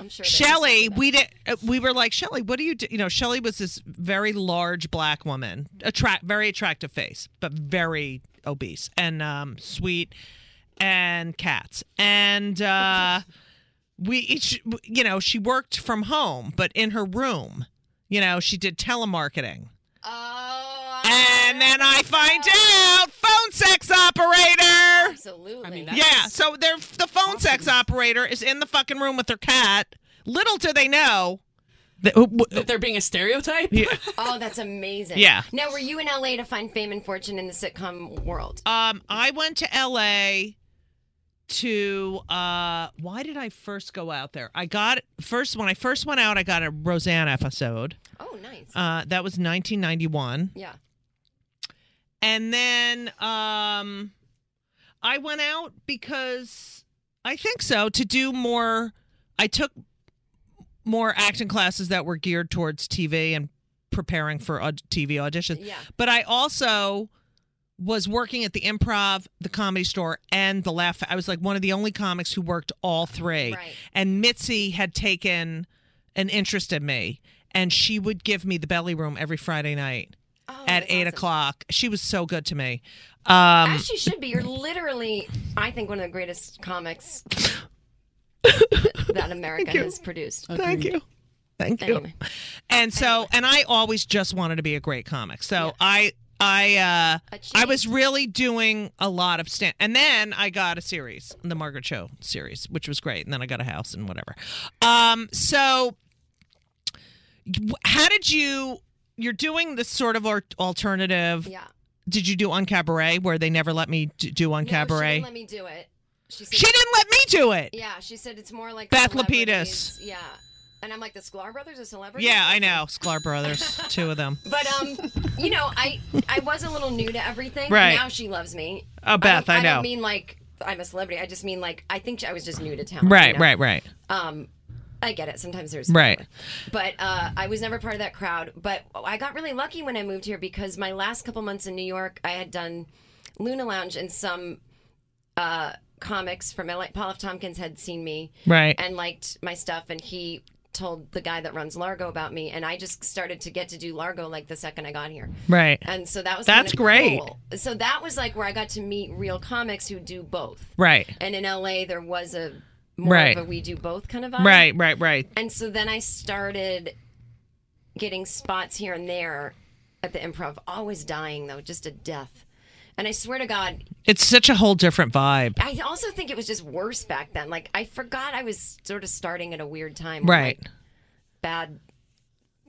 Speaker 5: I'm sure that
Speaker 7: Shelly,
Speaker 5: was-
Speaker 7: we did. uh, We were like Shelly. What do you do? You know, Shelly was this very large black woman, attract, very attractive face, but very obese and um, sweet, and cats. And uh, we each, you know, she worked from home, but in her room, you know, she did telemarketing.
Speaker 5: Oh.
Speaker 7: And then I find out phone sex operator.
Speaker 5: Absolutely.
Speaker 3: I mean, that-
Speaker 7: Yeah, so they're, the phone sex operator is in the fucking room with their cat. Little do they know. That, who- wh-
Speaker 3: That they're being a stereotype?
Speaker 5: oh, that's amazing.
Speaker 7: Yeah.
Speaker 5: Now, were you in LA to find fame and fortune in the sitcom world?
Speaker 7: um, I went to L.A. to uh, why did I first go out there? I got first when I first went out, I got a Roseanne episode.
Speaker 5: Oh, nice.
Speaker 7: Uh, that was 1991,
Speaker 5: yeah.
Speaker 7: and then um, I went out because I think so to do more. I took more acting classes that were geared towards TV and preparing for aud- TV auditions.
Speaker 5: Yeah.
Speaker 7: But I also was working at the improv, the comedy store, and the laugh. I was like one of the only comics who worked all three.
Speaker 5: Right.
Speaker 7: And Mitzi had taken an interest in me, and she would give me the belly room every Friday night
Speaker 5: Oh,
Speaker 7: at
Speaker 5: that's
Speaker 7: eight
Speaker 5: awesome.
Speaker 7: o'clock. She was so good to me. Um,
Speaker 5: As she should be. You're literally, I think, one of the greatest comics that America has produced.
Speaker 7: thank you. Thank you.
Speaker 5: Anyway.
Speaker 7: And so, and I always just wanted to be a great comic. So I I uh,
Speaker 5: A
Speaker 7: I was really doing a lot of stand, and then I got a series, the Margaret Cho series, which was great, and then I got a house and whatever. Um, so w- how did you? You're doing this sort of or- alternative.
Speaker 5: Yeah.
Speaker 7: Did you do on cabaret where they never let me d- do on
Speaker 5: No, She
Speaker 7: cabaret?
Speaker 5: didn't let me do it. She said,
Speaker 7: She didn't let me do it.
Speaker 5: yeah, she said it's more like
Speaker 7: Beth
Speaker 5: celebrities. Yeah. And I'm like, the Sklar brothers are celebrities?
Speaker 7: Yeah, I know. Sklar Brothers, two of them.
Speaker 5: But um, you know, I I was a little new to everything.
Speaker 7: Right.
Speaker 5: Now she loves me.
Speaker 7: Oh, Beth,
Speaker 5: I,
Speaker 7: I
Speaker 5: don't, I
Speaker 7: know.
Speaker 5: don't mean like I'm a celebrity. I just mean like I think I was just new to town. you
Speaker 7: Right,
Speaker 5: know?
Speaker 7: right, right,
Speaker 5: Um, I get it. Sometimes there's
Speaker 7: right.
Speaker 5: but uh, I was never part of that crowd. But I got really lucky when I moved here because my last couple months in New York, I had done Luna Lounge and some uh, comics from LA. Paul F. Tompkins had seen me
Speaker 7: Right.
Speaker 5: and liked my stuff, and he told the guy that runs Largo about me, and I just started to get to do Largo like the second I got here.
Speaker 7: Right.
Speaker 5: And so that was
Speaker 7: That's
Speaker 5: kinda
Speaker 7: great.
Speaker 5: cool. So that was like where I got to meet real comics who do both.
Speaker 7: Right.
Speaker 5: And in LA, there was a more
Speaker 7: Right.
Speaker 5: of a we do both kind of vibe.
Speaker 7: Right, right, right.
Speaker 5: And so then I started getting spots here and there at the improv. Always dying though, just a death. And I swear to God,
Speaker 7: It's such a whole different vibe.
Speaker 5: I also think it was just worse back then. Like I forgot I was sort of starting at a weird time. when,
Speaker 7: Right.
Speaker 5: like, bad,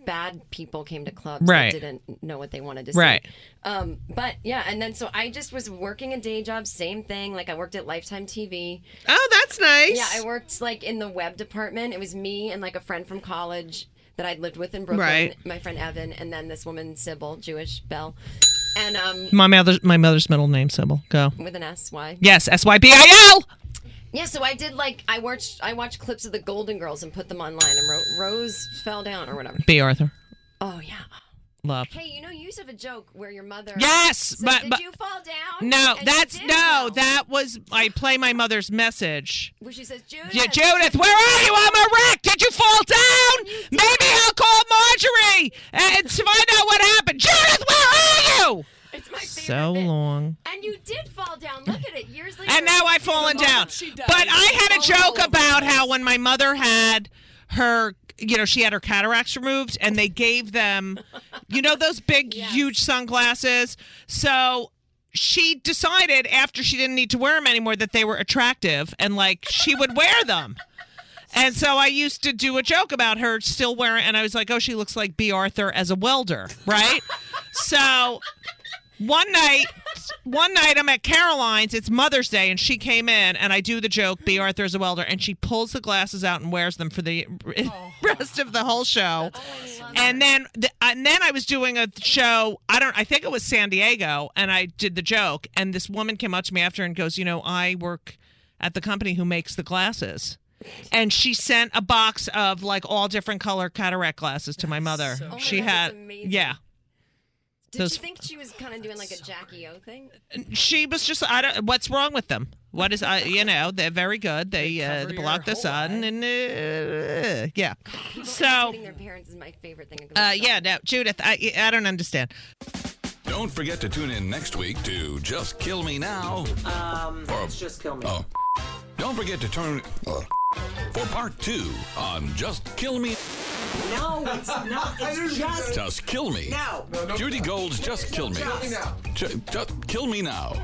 Speaker 5: bad people came to clubs.
Speaker 7: Right.
Speaker 5: That didn't know what they wanted to
Speaker 7: Right.
Speaker 5: say. Um, but yeah, and then so I just was working a day job, same thing. Like I worked at Lifetime TV.
Speaker 7: Oh, that's nice.
Speaker 5: Yeah, I worked like in the web department. It was me and like a friend from college that I'd lived with in Brooklyn,
Speaker 7: Right.
Speaker 5: my friend Evan, and then this woman Sybil, Jewish Belle, and um
Speaker 7: my mother's my mother's middle name symbol. Go.
Speaker 5: with an S Y.
Speaker 7: Yes, S Y B I L.
Speaker 5: Yeah, so I did like I watched I watched clips of the Golden Girls and put them online, and wrote Rose fell down or whatever.
Speaker 7: B Arthur.
Speaker 5: Oh yeah.
Speaker 7: Love.
Speaker 5: Hey, you know, you used to have a joke where your mother.
Speaker 7: Yes,
Speaker 5: said,
Speaker 7: but-
Speaker 5: did
Speaker 7: but-
Speaker 5: you fall down?
Speaker 7: No,
Speaker 5: And you
Speaker 7: that's
Speaker 5: did
Speaker 7: no.
Speaker 5: though.
Speaker 7: That was I play my mother's message.
Speaker 5: Where she says, Judith.
Speaker 7: Yeah, Judith, where are you? I'm a wreck. Did you fall down? Maybe I'll call Marjorie and to find out what happened. Judith, where are you?
Speaker 5: It's my favorite.
Speaker 7: So
Speaker 5: bit.
Speaker 7: long.
Speaker 5: And you did fall down. Look at it. Years later.
Speaker 7: and now I've fallen down.
Speaker 3: she
Speaker 7: But
Speaker 3: died,
Speaker 7: I had a
Speaker 3: all
Speaker 7: joke
Speaker 3: over
Speaker 7: about
Speaker 3: the
Speaker 7: how when my mother had her, you know, she had her cataracts removed, and they gave them, you know, those big, huge sunglasses. So she decided after she didn't need to wear them anymore that they were attractive, and like she would wear them. And so I used to do a joke about her still wearing, and I was like, "Oh, she looks like B. Arthur as a welder, right?" so one night, one night I'm at Caroline's. It's Mother's Day, and she came in, and I do the joke, "B. Arthur is a welder," and she pulls the glasses out and wears them for the rest of the whole show. And then, the, and then I was doing a show. I don't. I think it was San Diego, and I did the joke. And this woman came up to me after and goes, "You know, I work at the company who makes the glasses." and she sent a box of like all different color cataract glasses to my mother.
Speaker 3: so Oh my
Speaker 7: she
Speaker 5: God,
Speaker 7: had
Speaker 5: that's amazing.
Speaker 7: yeah.
Speaker 5: Did
Speaker 7: those-
Speaker 5: you think she was kind of doing like a Jackie O thing?
Speaker 7: She was just I don't what's wrong with them? What is I you know, they're very good. They, uh,
Speaker 3: cover your
Speaker 7: block the
Speaker 3: whole
Speaker 7: sun
Speaker 3: eye.
Speaker 7: and uh, yeah. So
Speaker 5: Hating their parents is my favorite thing.
Speaker 7: uh, yeah, no, Judith, I I don't understand.
Speaker 4: Don't forget to tune in next week to Just Kill Me Now.
Speaker 1: Um,
Speaker 4: Or-
Speaker 1: it's just kill me.
Speaker 4: Oh. Don't forget to turn uh, for part two on Just Kill Me.
Speaker 1: No, it's not. It's just
Speaker 4: Just Kill Me.
Speaker 1: now.
Speaker 4: Judy Gold's Just Kill Me. Ju- Just Kill Me Now.